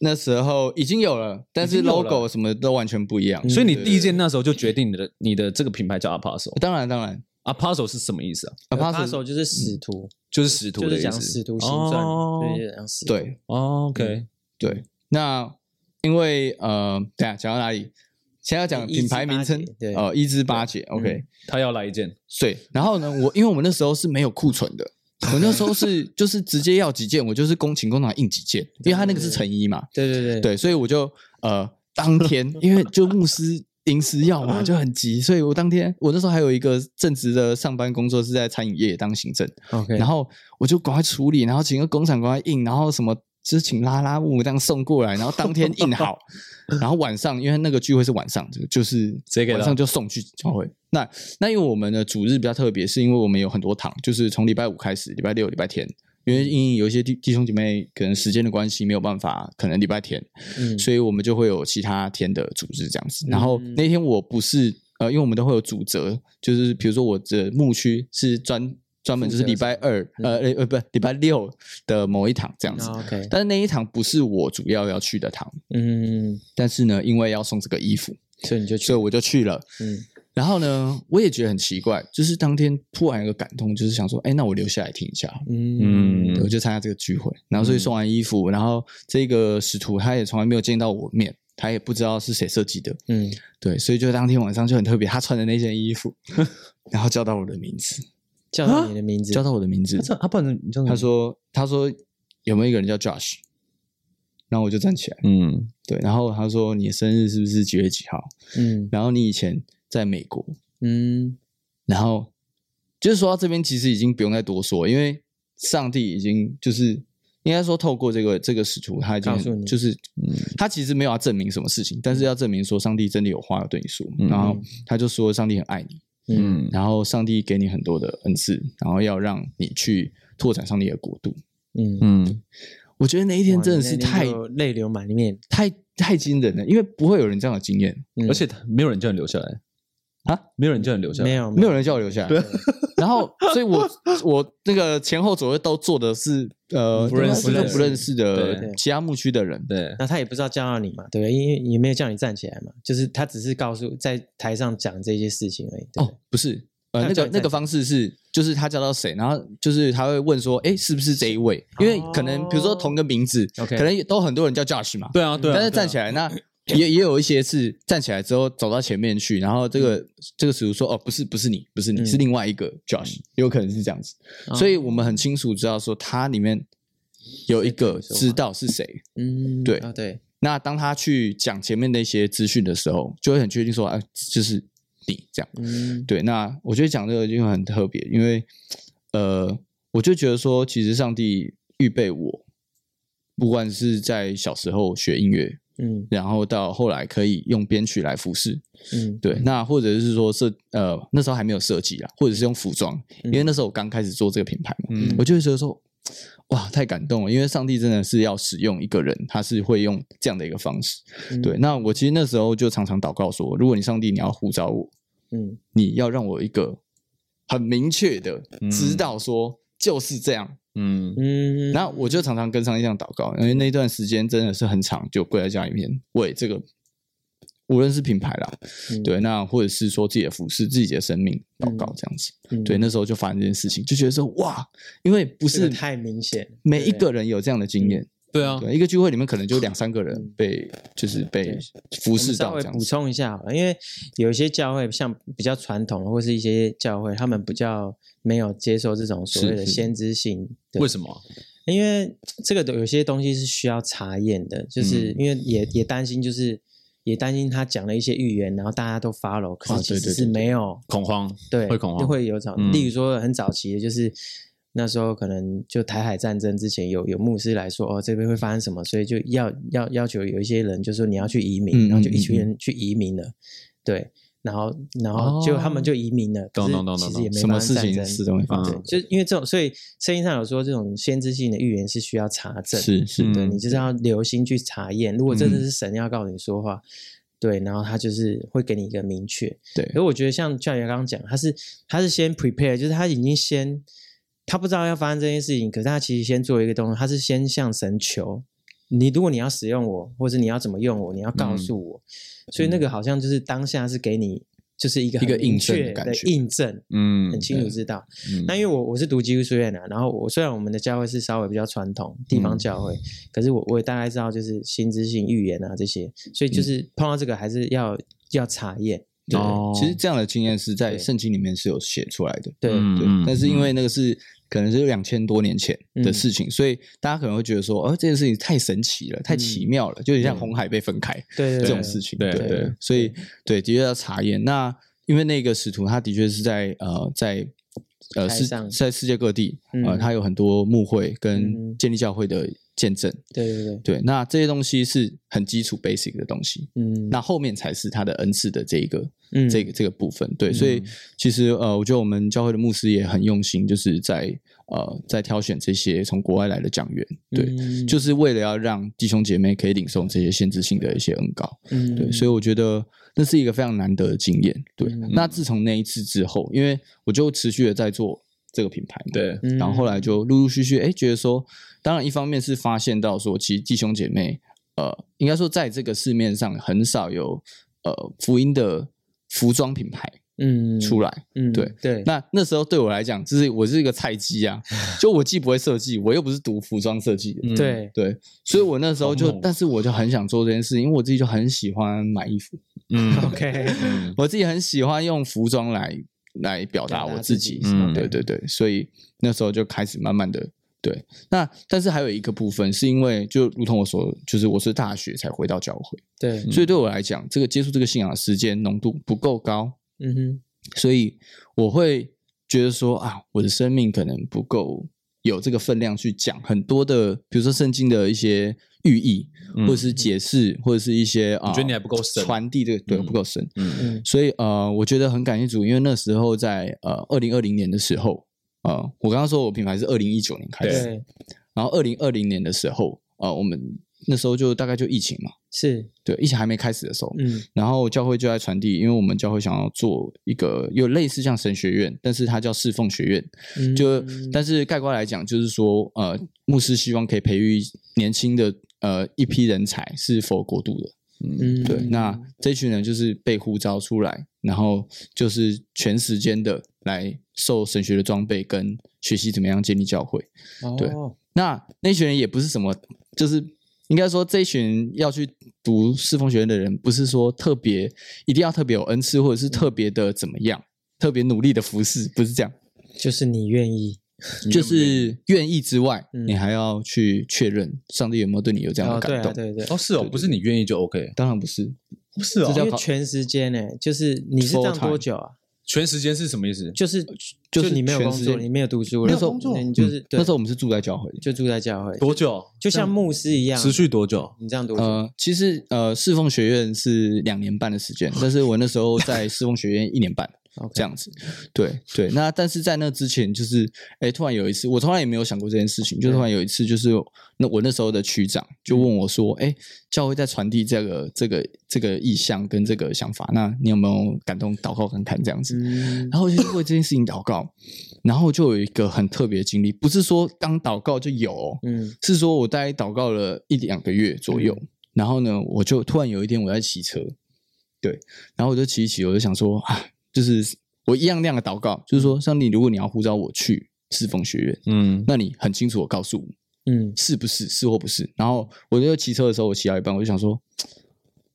S3: 那时候已经有了，但是
S2: 已经有了
S3: logo 什么都完全不一
S1: 嗯
S3: 样。
S2: 所以你第一件那时候就决定你的你的这个品牌叫 Apostle。
S3: 当然当然
S2: Apostle 是什么意思啊？
S1: 他
S3: Apostle
S1: 手就是使徒，
S2: 就是使徒
S1: 就
S2: 的
S1: 是
S2: 意
S1: 讲使
S2: 思。
S1: 徒行传，
S2: 哦
S1: 对，嗯就是讲使徒。
S3: 对
S2: 哦 OK，
S3: 对，那因为呃，等一下讲到哪里？先要讲
S1: 一
S3: 品牌名称
S1: 一至八节，对嗯
S3: 哦，一至八节，OK，
S2: 他要来一件，
S3: 对。然后呢，我因为我们那时候是没有库存的，我那时候
S1: [LAUGHS]
S3: 是就是直接要几件，我就是工勤工厂印几件，因为它那个是成衣嘛，
S1: 对对对
S3: 对，所以我就呃当天，因为就牧师临时要嘛，就很急，所以我当天我那时候还有一个正职的上班工作是在餐饮业当行政，
S1: ，OK，
S3: 然后我就赶快处理，然后请个工厂赶快印，然后什么就是请拉拉木这样送过来，然后当天印
S2: [LAUGHS]
S3: 好，然后晚上因为那个聚会是晚上，就就是
S2: 接给他哦
S3: 晚上就送去教会。那那因为我们的主日比较特别，是因为我们有很多堂，就是从礼拜五开始，礼拜六、礼拜天。因为因有一些弟弟兄姐妹可能时间的关系没有办法，可能礼拜天，
S1: 嗯
S3: 所以我们就会有其他天的组织这样子。然后那天我不是呃，因为我们都会有主责，就是比如说我的牧区是专专门就是礼拜二呃呃呃不礼拜六的某一堂这样子，
S1: 嗯哦 OK，
S3: 但是那一堂不是我主要要去的堂，
S1: 嗯，
S3: 但是呢，因为要送这个衣服，
S1: 所以你就去
S3: 所以，我就去了。
S1: 嗯
S3: 然后呢，我也觉得很奇怪，就是当天突然有个感动，就是想说，哎，那我留下来听一下好了。
S1: 嗯
S3: 对我就参加这个聚会，然后所以送完衣服，然后这个使徒他也从来没有见到我面，他也不知道是谁设计的，
S1: 嗯，
S3: 对，所以就当天晚上就很特别，他穿的那件衣服，然后叫到我的名字，啊
S1: 叫到你的名字
S3: 叫，到我的名字，
S2: 啊这啊，不然你这样
S3: 他说他说有没有一个人叫 Josh，然后我就站起来，
S2: 嗯，
S3: 对，然后他说你的生日是不是几月几号？
S1: 嗯
S3: 然后你以前在美国，
S1: 嗯，
S3: 然后就是说到这边，其实已经不用再多说，因为上帝已经就是应该说透过这个这个使徒，他已经
S1: 告诉你嗯
S3: 就是、他其实没有要证明什么事情，但是要证明说上帝真的有话要对你说，然后他就说上帝很爱你，
S1: 嗯，
S3: 然后上帝给你很多的恩赐，然后要让你去拓展上帝的国度。
S1: 嗯，
S2: 嗯，
S3: 我觉得那一天
S1: 哇
S3: 真的
S1: 你
S3: 是
S1: 那天
S3: 太
S1: 就泪流满面，
S3: 太太惊人了，因为不会有人这样的经验，
S1: 嗯
S2: 而且他没有人叫你留下来
S3: 啊，
S2: 没有人叫你留下来，
S1: 没有
S3: 没有人叫我留下来。然后，所以我我那个前后左右都坐的是呃
S2: 不认识
S3: 都
S2: 的
S3: 是不认识的
S1: 对
S3: 其他牧区的人，
S2: 对，
S1: 那他也不知道叫到你嘛，对不对？因为也没有叫你站起来嘛，就是他只是告诉在台上讲这些事情而已。对不对
S3: 哦，不是，呃，
S1: 那
S3: 那
S1: 叫
S3: 个
S1: 你
S3: 那个方式是，就是他叫到谁，然后就是他会问说，哎，是不是这一位？
S2: 哦
S3: 因为可能比如说同个名字，
S1: OK
S3: 可能都很多人叫 Josh 嘛，
S2: 对啊，对啊，
S3: 但是站起来那。也也有一些是站起来之后走到前面去，然后这个这个使徒说：“哦，不是，不是你，不是你，
S1: 嗯
S3: 是另外一个 Josh，有可能是这样子。”
S1: 哦
S3: 所以我们很清楚知道说，它里面有一个知道是谁，
S1: 嗯，
S3: 对
S1: 啊对，
S3: 那当他去讲前面那些资讯的时候，就会很确定说，哎、就是你这样。
S1: 嗯，
S3: 对，那我觉得讲这个就很特别，因为呃，我就觉得说，其实上帝预备我，不管是在小时候学音乐，
S1: 嗯
S3: 然后到后来可以用编曲来服侍，
S1: 嗯，
S3: 对，那或者是说设呃那时候还没有设计啦，或者是用服装，因为那时候我刚开始做这个品牌嘛，
S1: 嗯
S3: 我就会觉得说，哇，太感动了，因为上帝真的是要使用一个人，他是会用这样的一个方式。
S1: 嗯
S3: 对，，那我其实那时候就常常祷告说，如果你上帝你要呼召我，
S1: 嗯
S3: 你要让我有一个很明确的知道说就是这样。
S2: 嗯，
S1: 嗯，
S3: 那我就常常跟上帝这样祷告，因为那段时间真的是很长，就跪在家里面为这个，无论是品牌啦，
S1: 嗯
S3: 对，那或者是说自己的服饰、自己的生命祷告这样子。
S1: 嗯
S3: 对，那时候就发生这件事情，就觉得说哇，因为不
S1: 这个
S3: 是
S1: 太明显了，
S3: 每一个人有这样的经验，
S2: 对啊，
S3: 对，一个聚会里面可能就两三个人
S1: 嗯
S3: 被就是被
S1: 对
S3: 服
S1: 我
S3: 侍
S1: 们稍
S3: 到
S1: 微
S3: 这样
S1: 补
S3: 子。
S1: 充一下好了，因为有一些教会像比较传统的或是一些教会，他们比较没有接受这种所谓的
S3: 是是
S1: 先知性的
S2: 为什么？
S1: 因为这个的有些东西是需要查验的，
S3: 嗯
S1: 就是因为也也担心，就是也担心他讲了一些预言，然后大家都 follow，可
S3: 啊
S1: 是其
S3: 对对
S1: 实是
S3: 对对
S1: 没有，
S2: 恐慌，
S1: 对，
S2: 会恐
S1: 就
S2: 慌，
S1: 会有早，
S2: 嗯
S1: 例如说很早期的，就是那时候可能就台海战争之前有有牧师来说，哦，这边会发生什么，所以就要要要求有一些人就说你要去移民，
S3: 嗯
S1: 然后就一群
S3: 嗯嗯
S1: 人去移民了，对。然后，然后
S3: 哦
S1: 就他们就移民了，可
S2: 懂
S1: 是
S2: 懂懂懂
S1: 其实
S2: 懂
S1: 也没
S3: 什么
S1: 发生
S3: 事
S1: 战
S3: 情
S1: 争
S3: 是都会发
S2: 嗯
S3: 生，
S1: 对，就是因为这种，所以圣经上有说，这种先知性的预言是需要查证，
S3: 是是
S1: 对
S2: 嗯
S3: 嗯
S1: 你就是要留心去查验。如果真的是神要告诉你说话，对，然后他就是会给你一个明确。
S3: 对
S1: 可我觉得像像你刚刚讲，他是他是先 prepare，就是他已经先他不知道要发生这件事情，可是他其实先做一个动作，他是先向神求。你如果你要使用我，或者你要怎么用我，你要
S3: 嗯
S1: 告诉我，所以那个好像就是当下是给你就是一个
S3: 一个
S1: 很
S3: 印
S1: 明
S3: 证的
S1: 确
S3: 感觉
S1: 印证，
S2: 嗯
S1: 很清楚知道。
S2: 嗯
S1: 那因为我我是读基督书院的、啊然后我虽然我们的教会是稍微比较传统地
S3: 嗯
S1: 方教会，可是我我也大概知道就是新知性预言啊这些，所以
S3: 嗯
S1: 就是碰到这个还是要要查验。
S3: 对
S4: 哦
S3: 其实这样的经验是在
S1: 对
S3: 圣经里面是有写出来的，
S1: 对，
S4: 嗯
S3: 对，但是因为那个是可能是两千多年前
S1: 嗯
S3: 的事情，所以大家可能会觉得说，哦，这件事情太神奇了，太
S1: 嗯
S3: 奇妙了，就有点像红海被分开
S1: 对对
S3: 这
S1: 对
S3: 种事情。
S4: 对
S1: 对
S3: 对，所以对，的确要查验。那因为那个使徒他的确是在呃在。呃，
S1: 海
S3: 世
S1: 上
S3: 在世界各地，呃，
S1: 嗯
S3: 他有很多牧会跟
S1: 嗯
S3: 建立教会的见证，
S1: 对对对，
S3: 对，那这些东西是很基础 basic 的东西，
S1: 嗯，
S3: 那后面才是他的恩赐的这一个
S1: 嗯
S3: 这个这个部分。对，所以其实呃，我觉得我们教会的牧师也很用心，就是在呃在挑选这些从国外来的讲员，对，
S1: 嗯
S3: 就是为了要让弟兄姐妹可以领受这些限制性的一些恩膏。
S1: 嗯
S3: 对，所以我觉得那是一个非常难得的经验。对，
S1: 嗯
S3: 那自从那一次之后，因为我就持续的在做这个品牌嘛，
S2: 对
S1: 嗯
S3: 然后后来就陆陆续续，哎，觉得说，当然一方面是发现到说，其实弟兄姐妹，呃，应该说在这个市面上很少有呃福音的服装品牌
S1: 嗯
S3: 出来。
S1: 嗯
S3: 对
S1: 对
S3: 那那时候对我来讲，就是我是一个菜
S1: [LAUGHS]
S3: 鸡啊，就我既不会设计，我又不是读服装设计的，
S2: 嗯
S1: 对
S3: 对，所以我那时候就
S1: 哦
S2: 好，猛
S3: 但是我就很想做这件事，因为我自己就很喜欢买衣服，
S2: 嗯
S3: [LAUGHS]
S1: OK
S3: 我自己很喜欢用服装来来表达我自己
S1: 表达自己。是
S2: 吧
S3: 嗯，对对对，所以那时候就开始慢慢的对。那但是还有一个部分，是因为就如同我所，就是我是大学才回到教会，
S1: 对，
S2: 嗯
S3: 所以对我来讲，这个接触这个信仰的时间浓度不够高，
S1: 嗯哼
S3: 所以我会觉得说啊，我的生命可能不够有这个分量去讲很多的，比如说圣经的一些寓意，
S2: 嗯
S3: 或者是解释，或者是一些啊，
S2: 觉得你还不够深
S3: 传递这个对我不够深，
S2: 嗯
S1: 嗯
S3: 所以呃，我觉得很感谢主，因为那时候在呃二零二零年的时候，呃，我刚刚说我品牌是二零一九年开始，
S1: 对
S3: 然后二零二零年的时候，呃，我们那时候就大概就疫情嘛，
S1: 是
S3: 对，疫情还没开始的时候，
S1: 嗯
S3: 然后教会就在传递，因为我们教会想要做一个有类似像神学院，但是它叫侍奉学院，
S1: 嗯
S3: 就、但是概括来讲，就是说呃，牧师希望可以培育年轻的呃一批人才是否国度的。
S1: 嗯
S3: 对，那这群人就是被呼召出来，然后就是全时间的来受神学的装备跟学习怎么样建立教会。对
S1: 哦
S3: 那那群人也不是什么，就是应该说这一群要去读侍奉学院的人，不是说特别一定要特别有恩赐，或者
S1: 嗯
S3: 是特别的怎么样，特别努力的服侍，不是这样，
S1: 就是你愿意
S3: 就是愿意之外，
S1: 嗯
S3: 你还要去确认上帝有没有对你有这样的
S1: 哦对
S3: 感动。
S1: 啊
S3: [LAUGHS]
S1: 对对
S2: 哦是哦，不是你愿意就 OK，
S3: 当然不是，
S2: 不是哦
S3: 这，叫
S1: 因为
S3: 考
S1: 全时间呢、就是你是这
S3: Full
S1: 样
S3: time
S1: 多久啊？
S2: 全时间是什么意思？
S1: 就是
S3: 就是
S1: 你没有
S3: 全
S1: 工
S3: 时
S1: 作，
S3: 间
S1: 你没有读书，
S2: 没有
S1: 那时候
S2: 工作
S1: 你就是、
S3: 嗯
S1: 对
S3: 那时候我们是住在教会里，
S1: 就住在教会，
S2: 多久？
S1: 就像牧师一样，啊
S2: 持续多久？
S1: 你这样读，
S3: 呃，其实呃，侍奉学院是两年半的时间，但是我那时候在侍奉学院一年半
S1: OK
S3: 这样子。对对，那但是在那之前，就是哎，突然有一次，我从来也没有想过这件事情，就突然有一次，就是那我那时候的区长就问我说：“哎，教会在传递这个这个这个意向跟这个想法，那你有没有感动祷告看看这样子？”
S1: 嗯，
S3: 然后我就为这件事情祷告，然后就有一个很特别的经历，不是说刚祷告就有、哦，
S1: 嗯
S3: 是说我大概祷告了一两个月左右，然后呢，我就突然有一天我在骑车，对，然后我就骑一骑，我就想说啊，就是我一样那样的祷告，就是说上帝，如果你要呼召我去侍奉学院，
S2: 嗯
S3: 那你很清楚我告诉我
S1: 嗯
S3: 是不是是或不是。然后我就骑车的时候，我骑到一半，我就想说，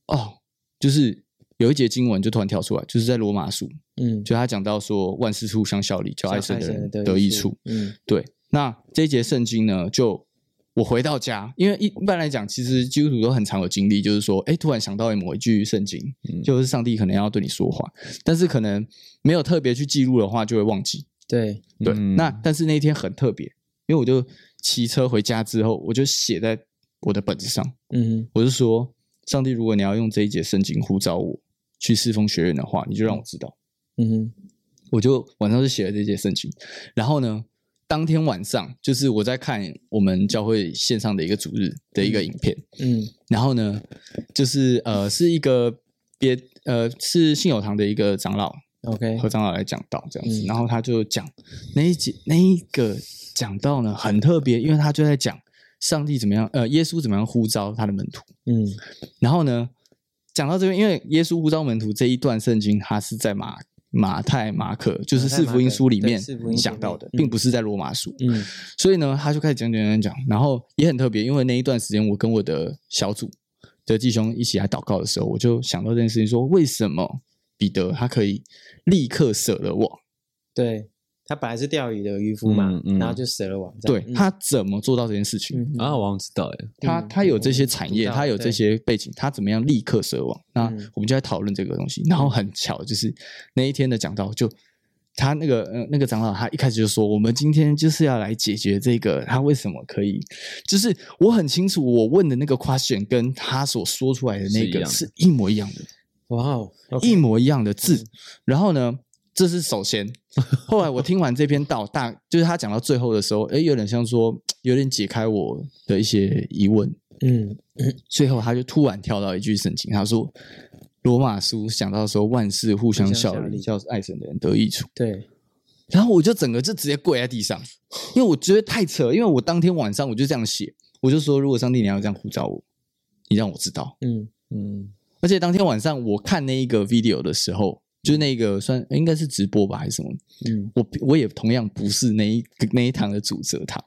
S3: 哦，就是有一节经文就突然跳出来，就是在罗马书，
S1: 嗯，
S3: 就他讲到说万事互相效力，叫爱神的人得益处。
S1: 嗯
S3: 对，那这一节圣经呢，就我回到家，因为一一般来讲，其实基督徒都很常有经历，就是说，哎，突然想到某一句圣经，
S2: 嗯
S3: 就是上帝可能要对你说话，但是可能没有特别去记录的话，就会忘记。
S1: 对，
S3: 对，
S2: 嗯
S3: 那但是那一天很特别，因为我就骑车回家之后，我就写在我的本子上，
S1: 嗯
S3: 我就说，上帝，如果你要用这一节圣经呼召我去侍奉学院的话，你就让我知道。
S1: 嗯
S3: 我就晚上就写了这些申请，然后呢，当天晚上就是我在看我们教会线上的一个主日的一个影片，
S1: 嗯
S3: 然后呢，就是呃是一个别呃是信友堂的一个长老，
S1: OK，
S3: 和长老来讲道这样子，
S1: 嗯
S3: 然后他就讲那一集那一个讲道呢很特别，因为他就在讲上帝怎么样，呃，耶稣怎么样呼召他的门徒。
S1: 嗯
S3: 然后呢，讲到这边，因为耶稣呼召门徒这一段圣经，它是在马马太、马可，就是四福音书里
S1: 马太马
S3: 面
S1: 可对四福音书
S3: 讲到的
S1: 里，面
S3: 并不是在罗马书。
S1: 嗯
S3: 所以呢，他就开始讲讲讲讲，然后也很特别，因为那一段时间我跟我的小组的弟兄一起来祷告的时候，我就想到这件事情说为什么彼得他可以立刻舍了我？
S1: 对他本来是钓鱼的渔夫嘛，
S2: 嗯嗯
S1: 然后就舍了网站，
S3: 对
S1: 嗯
S3: 他怎么做到这件事情？
S1: 嗯嗯
S2: 啊，我好像知道哎、
S3: 他
S1: 嗯
S3: 他有这些
S1: 嗯
S3: 产
S1: 知
S3: 业，
S1: 道
S3: 他有
S1: 对
S3: 这些背景，他怎么样立刻舍网？那
S1: 嗯
S3: 我们就在讨论这个东西。然后很巧，就是那一天的讲到，就他那个呃那个长老，他一开始就说，我们今天就是要来解决这个他为什么可以，就是我很清楚我问的那个 question 跟他所说出来的那个
S2: 是
S3: 是一模一样的。
S1: 哇哦，OK，嗯
S3: 一模一样的字。然后呢，这是首先。后来我听完这篇道，大就是他讲到最后的时候，诶，有点像说，有点解开我的一些疑问。
S1: 嗯
S3: 最后他就突然跳到一句圣经，他说：“罗马书讲到说，万事互相效力，
S1: 互
S3: 叫爱神的人得益处。”
S1: 对，
S3: 然后我就整个就直接跪在地上，因为我觉得太扯。因为我当天晚上我就这样写，我就说：“如果上帝你要这样呼召我，你让我知道。”
S1: 嗯
S2: 嗯，
S3: 而且当天晚上我看那一个 video 的时候，就是那个算应该是直播吧还是什么，
S1: 嗯 [LAUGHS]
S3: 我我也同样不是那一 [LAUGHS] 那一堂的主责堂，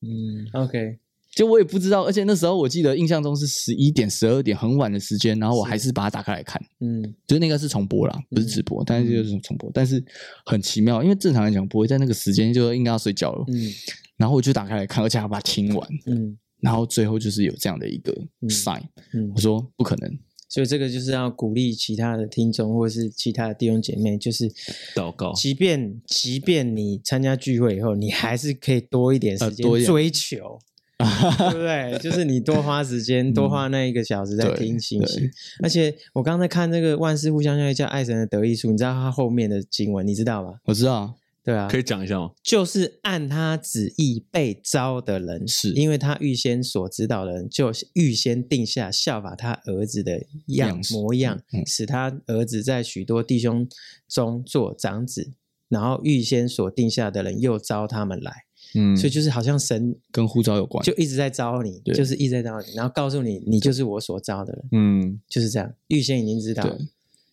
S1: 嗯，OK，
S3: 就我也不知道。而且那时候我记得印象中是十一点、十二点很晚的时间，然后我还是把它打开来看，
S1: 嗯
S3: 就是那个是重播啦，不是直播，但是就是重播，但是很奇妙，因为正常来讲不会在那个时间就应该要睡觉了，
S1: 嗯
S3: 然后我就打开来看，而且还把它听完，
S1: 嗯
S3: 然后最后就是有这样的一个 sign，、
S1: 嗯
S3: 我，说不可能，
S1: 所以这个就是要鼓励其他的听众或者是其他的弟兄姐妹，就是
S2: 祷告
S1: 即便即便你参加聚会以后，你还是可以多一点时
S3: 呃多一
S1: 间
S3: 点
S1: 追
S3: [LAUGHS]
S1: 求。对不对？就是你多花时间，多花那一个小时在
S3: 嗯对
S1: 听信息
S3: 对。
S1: 而且我刚才看这个万事互相效力叫爱神的得益处，你知道它后面的经文，你知道吗？
S3: 我知道啊，
S1: 对啊，
S2: 可以讲一下吗？
S1: 就是按他旨意被招的人，
S3: 是
S1: 因为他预先所指导的人，就预先定下效法他儿子的样
S3: 样式
S1: 模样，
S3: 嗯嗯
S1: 使他儿子在许多弟兄中做长子。然后预先所定下的人又招他们来，
S2: 嗯
S1: 所以就是好像神
S3: 跟呼召有关，
S1: 就一直在招你，
S3: 对
S1: 就是一直在招你，然后告诉你，你就是我所招的人，
S2: 嗯，
S1: 就是这样，预先已经知道了。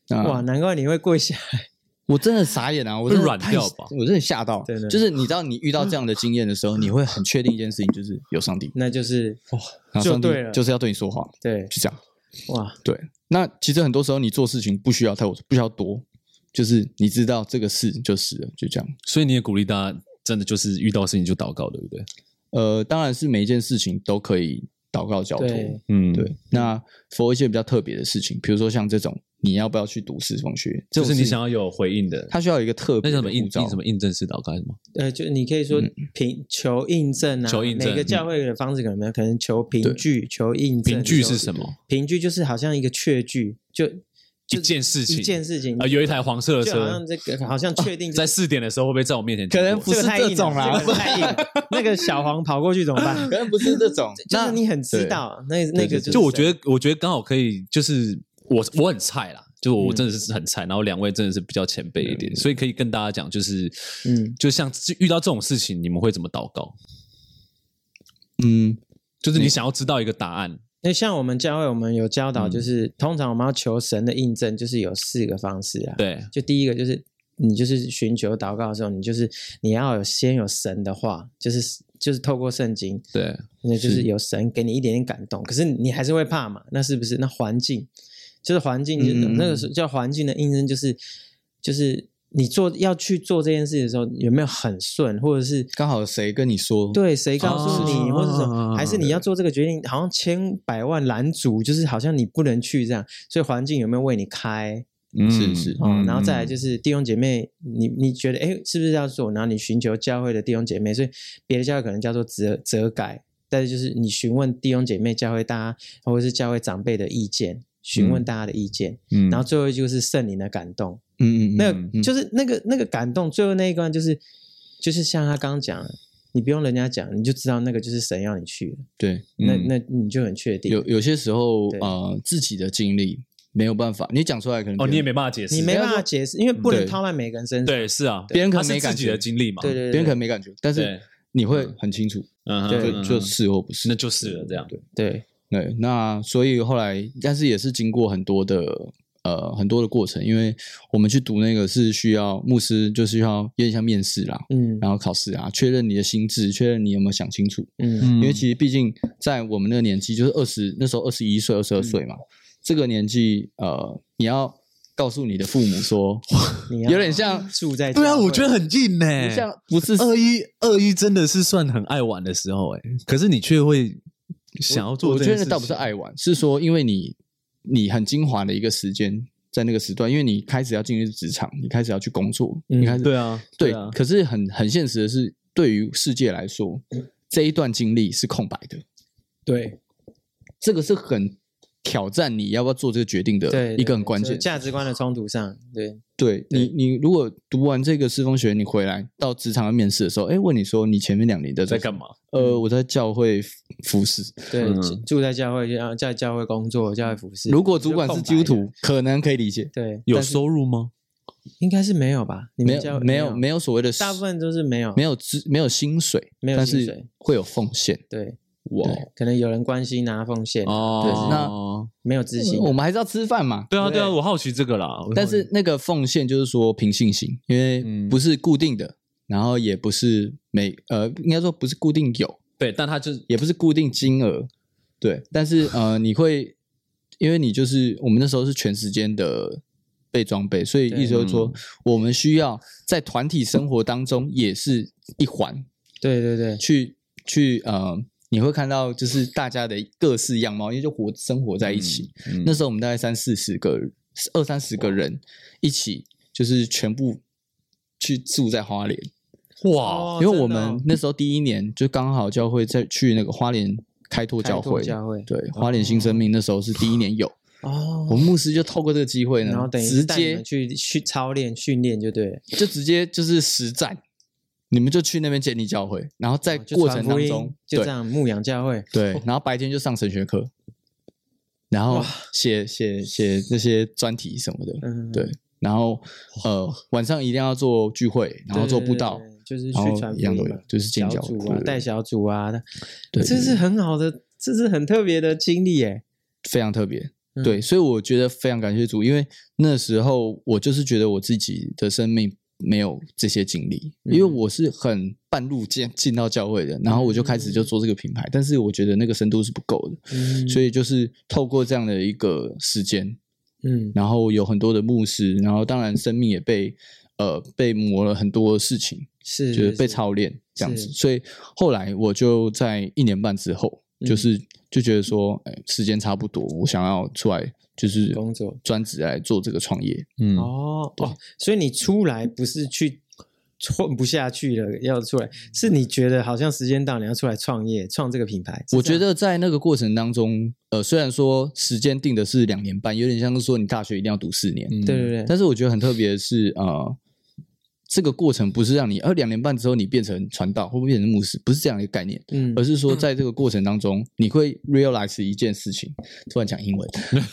S3: 那
S1: 哇，难怪你会跪下来，
S3: 我真的傻眼啊！我真的
S2: 软
S3: 太
S2: 掉吧
S3: 我真的吓到
S1: 真的。
S3: 就是你知道，你遇到这样的经验的时候，你会很确定一件事情，就是有上帝，
S1: 那嗯就是
S3: 然后上帝
S1: 就对了
S3: 就是要对你说话，
S1: 对，
S3: 就这样。
S1: 哇，
S3: 对，那其实很多时候你做事情不需要太，不需要多，就是你知道这个事就是了，就这样。
S2: 所以你也鼓励大家，真的就是遇到事情就祷告，对不对？
S3: 呃，当然是每一件事情都可以祷告交托。
S1: 对，
S2: 嗯，
S3: 对，那佛一些比较特别的事情，比如说像这种，你要不要去读四风学？这
S2: 就
S3: 种
S2: 是你
S3: 事
S2: 想要有回应的，
S3: 它需要有一个特
S2: 那
S3: 别
S2: 叫什
S3: 的
S2: 么印
S3: 护照
S2: 印什么印证式祷告还是什么？
S1: 呃，就你可以说凭求印证啊，
S2: 嗯求印证嗯
S1: 每个教会的方式可能没有，可能求凭据、求印证。
S2: 凭据是
S1: 么？
S2: 什么？
S1: 凭据就是好像一个确据，就就
S2: 一件事情
S1: 一件事情
S2: 啊，有一台黄色的
S1: 就好
S2: 车哦
S1: 像这个好像确定
S2: 在
S1: 这。
S2: 四点的时候会不会在我面前经过？
S3: 可能不
S1: 这
S3: 是
S1: 个太硬
S3: 这种啦
S1: 了，这个太硬
S2: [LAUGHS]
S1: 了。那个小黄跑过去怎么办？，
S3: 可能不是这种
S1: [LAUGHS] 就是你很知道啊，那那个
S3: 对对对
S2: 就我
S1: 得
S2: 觉得，我觉得刚好可以，就是我我很菜啦，就我
S1: 嗯
S2: 真的是很菜，然后两位真的是比较前辈一点，所以可以跟大家讲，就是
S1: 嗯
S2: 嗯，就像遇到这种事情，你们会怎么祷告？
S3: 嗯，
S2: 就是你想要知道一个答案，
S1: 那像我们教会，我们有教导，
S2: 嗯
S1: 就是通常我们要求神的印证，就是有四个方式啊。
S2: 对，
S1: 就第一个就是你就是寻求祷告的时候，你就是你要有先有神的话，就是就是透过圣经，
S2: 对，
S1: 那就是有神给你一点点感动，可是你还是会怕嘛？那是不是？那环境就是环境，就是
S3: 嗯嗯嗯
S1: 那个时候叫环境的印证，就是就是你做要去做这件事的时候，有没有很顺，或者是
S3: 刚好谁跟你说？
S1: 对，谁告诉你，
S3: 啊
S2: 哦
S1: 或者什么？还是你要做这个决定，好像千百万拦阻，就是好像你不能去这样，所以环境有没有为你开？
S2: 嗯
S3: 是是
S1: 哦，然后再来就是弟兄姐妹，你你觉得哎，诶是不是要做？然后你寻求教会的弟兄姐妹，所以别的教会可能叫做责责改，但是就是你询问弟兄姐妹、教会大家或者是教会长辈的意见，询问大家的意见，
S2: 嗯
S1: 然后最后就是圣灵的感动，
S3: 嗯，嗯嗯，
S1: 那
S3: 嗯
S1: 个就是那个那个感动，最后那一关就是就是像他刚刚讲的，你不用人家讲，你就知道那个就是神要你去的，
S3: 对，
S1: 那
S2: 嗯
S1: 那你就很确定，
S3: 有有些时候
S1: 对
S3: 呃自己的经历，没有办法，你讲出来可能
S2: 哦，你也
S3: 没
S2: 没办法解释，
S1: 你没办法解释，因为不能
S3: 对
S1: 套在每个人身上。
S2: 对，是啊，
S3: 别人可
S2: 他
S3: 能
S2: 是
S3: 没
S2: 自
S3: 感
S2: 己
S3: 觉
S2: 的，经历嘛，
S1: 对对
S3: 别人
S1: 对
S3: 可能没感觉，但是
S2: 对，
S3: 你会很清楚，
S2: 嗯哼，
S3: 就
S2: 嗯
S3: 就
S2: 哼
S3: 是或不是
S2: 那。就是了，这样
S3: 对
S1: 对，
S3: 对，那所以后来，但是也是经过很多的呃很多的过程，因为我们去读那个是需要牧师，就是要有点像面试啦，
S1: 嗯
S3: 然后考试啊，确认你的心智，确认你有没有想清楚。
S1: 嗯
S3: 因为其实毕竟在我们那个年纪，就是二十那时候二十一岁、二十二岁嘛，这个年纪呃，你要告诉你的父母说，
S1: 你要
S3: 有点像
S1: 住在
S2: 对啊，
S1: 教会
S2: 我觉得很硬呢、
S3: 不像不是
S2: 二一二一真的是算很爱玩的时候哎、可是你却会想要做
S3: 我
S2: 这
S3: 觉
S2: 件事情，
S3: 得倒不是爱玩，是说因为你你很精华的一个时间在那个时段，因为你开始要进入职场，你开始要去工作，
S1: 嗯
S3: 你开始
S2: 对啊，
S3: 对
S2: 啊，
S3: 可是很很现实的是，对于世界来说，这一段经历是空白的，
S1: 对
S3: 这个是很挑战你要不要做这个决定
S1: 对
S3: 的一个很关
S1: 就是
S3: 键。
S1: 价值观的冲突上，对
S3: 对你，你如果读完这个师风学，你回来到职场要面试的时候，哎，问你说你前面两年的
S2: 在干？嘛？
S3: 呃，我在教会服侍。
S1: 对
S2: 嗯，
S1: 住在教会，然后在教会工作，教会服侍。
S3: 如果主管是基督
S1: 就空白
S3: 徒，可能可以理解。
S1: 的，对，
S2: 有收入吗？
S1: 应该是没有吧？你
S3: 没
S1: 们教
S3: 有，没有，没
S1: 有，
S3: 有所谓的
S1: 大部分都是没有，
S3: 没有资没有薪水，
S1: 没有
S3: 但
S1: 薪水
S3: 是会有奉献。
S1: 对，
S2: 哇
S1: 对可能有人关心拿奉献，
S3: 对
S2: 哦，
S3: 那
S1: 没有自信
S3: 我，们还是要吃饭嘛。
S2: 对啊对啊，
S1: 对
S2: 我好奇这个啦，
S3: 但是那个奉献就是说凭信心，因为
S2: 嗯
S3: 不是固定的，然后也不是每呃，应该说不是固定有，
S2: 对，但他就是
S3: 也不是固定金额，对。但是呃，你会因为你就是我们那时候是全时间的被装备，所以
S1: 对嗯
S3: 意思就是说，我们需要在团体生活当中也是一环
S1: 对对对，
S3: 去去呃。你会看到，就是大家的各式样貌，因为就活生活在一起，
S2: 嗯
S3: 那时候我们大概三四十个、二三十个人一起，就是全部去住在花莲，
S2: 哇，
S1: 哦
S3: 因为我
S1: 真的哦
S3: 们那时候第一年就刚好教会在去那个花莲开拓
S1: 开
S3: 教
S1: 拓
S3: 会，
S1: 教会，
S3: 对花莲新生命那时候是第一年有，
S1: 哦
S3: 我，们牧师就透过这个机会呢
S1: 然后，等于
S3: 直
S1: 是带你
S3: 接
S1: 们去去操练训练就对了，
S3: 就直接就是实战，你们就去那边建立教会，然后在
S1: 哦就
S3: 过
S1: 传
S3: 程
S1: 福
S3: 当
S1: 音
S3: 中，
S1: 就
S3: 对
S1: 这样牧养教会，
S3: 对，然后白天就上神学课。然后写写写那些专题什么的，
S1: 嗯，
S3: 对，然后呃晚上一定要做聚会，然后做布道，
S1: 对，对对就是
S3: 然
S1: 去
S3: 后
S1: 传
S3: 一样
S1: 福
S3: 都
S1: 音
S3: 有
S1: 嘛，
S3: 就是进
S1: 小
S3: 教
S1: 组
S3: 对
S1: 啊
S3: 对，对
S1: 带小组啊的，
S3: 对
S1: 这
S3: 对
S1: 是很好的，这是很特别的经历耶。
S3: 非常特别。
S1: 嗯
S3: 对，所以我觉得非常感谢主，因为那时候我就是觉得我自己的生命没有这些经历，
S1: 嗯
S3: 因为我是很半路进进到教会的，然后我就开始就做这个品牌，但是我觉得那个深度是不够的，
S1: 嗯
S3: 所以就是透过这样的一个时间，
S1: 嗯，
S3: 然后有很多的牧师，然后当然生命也被呃被磨了很多事情，
S1: 是
S3: 就是被
S1: 炒，
S3: 操练这样子
S1: 是。
S3: 所以后来我就在一年半之后，
S1: 嗯
S3: 就是就觉得说，哎，时间差不多，我想要出来就是
S1: 工作
S3: 专职来做这个创业。
S2: 嗯
S1: 哦哦，所以你出来不是去混不下去了要出来，是你觉得好像时间到，你要出来创业，创这个品牌。是
S3: 我
S1: 这
S3: 觉
S1: 样
S3: 得在那个过程当中，呃，虽然说时间定的是两年半，有点像是说你大学一定要读四年，
S2: 嗯
S1: 对对对，
S3: 但是我觉得很特别的是，呃。这个过程不是让你，而两年半之后你变成传道，或变成牧师，不是这样的一个概念。
S1: 嗯
S3: 而是说在这个过程当中，你会 realize 一件事情。突然讲
S1: [LAUGHS]
S3: 英文，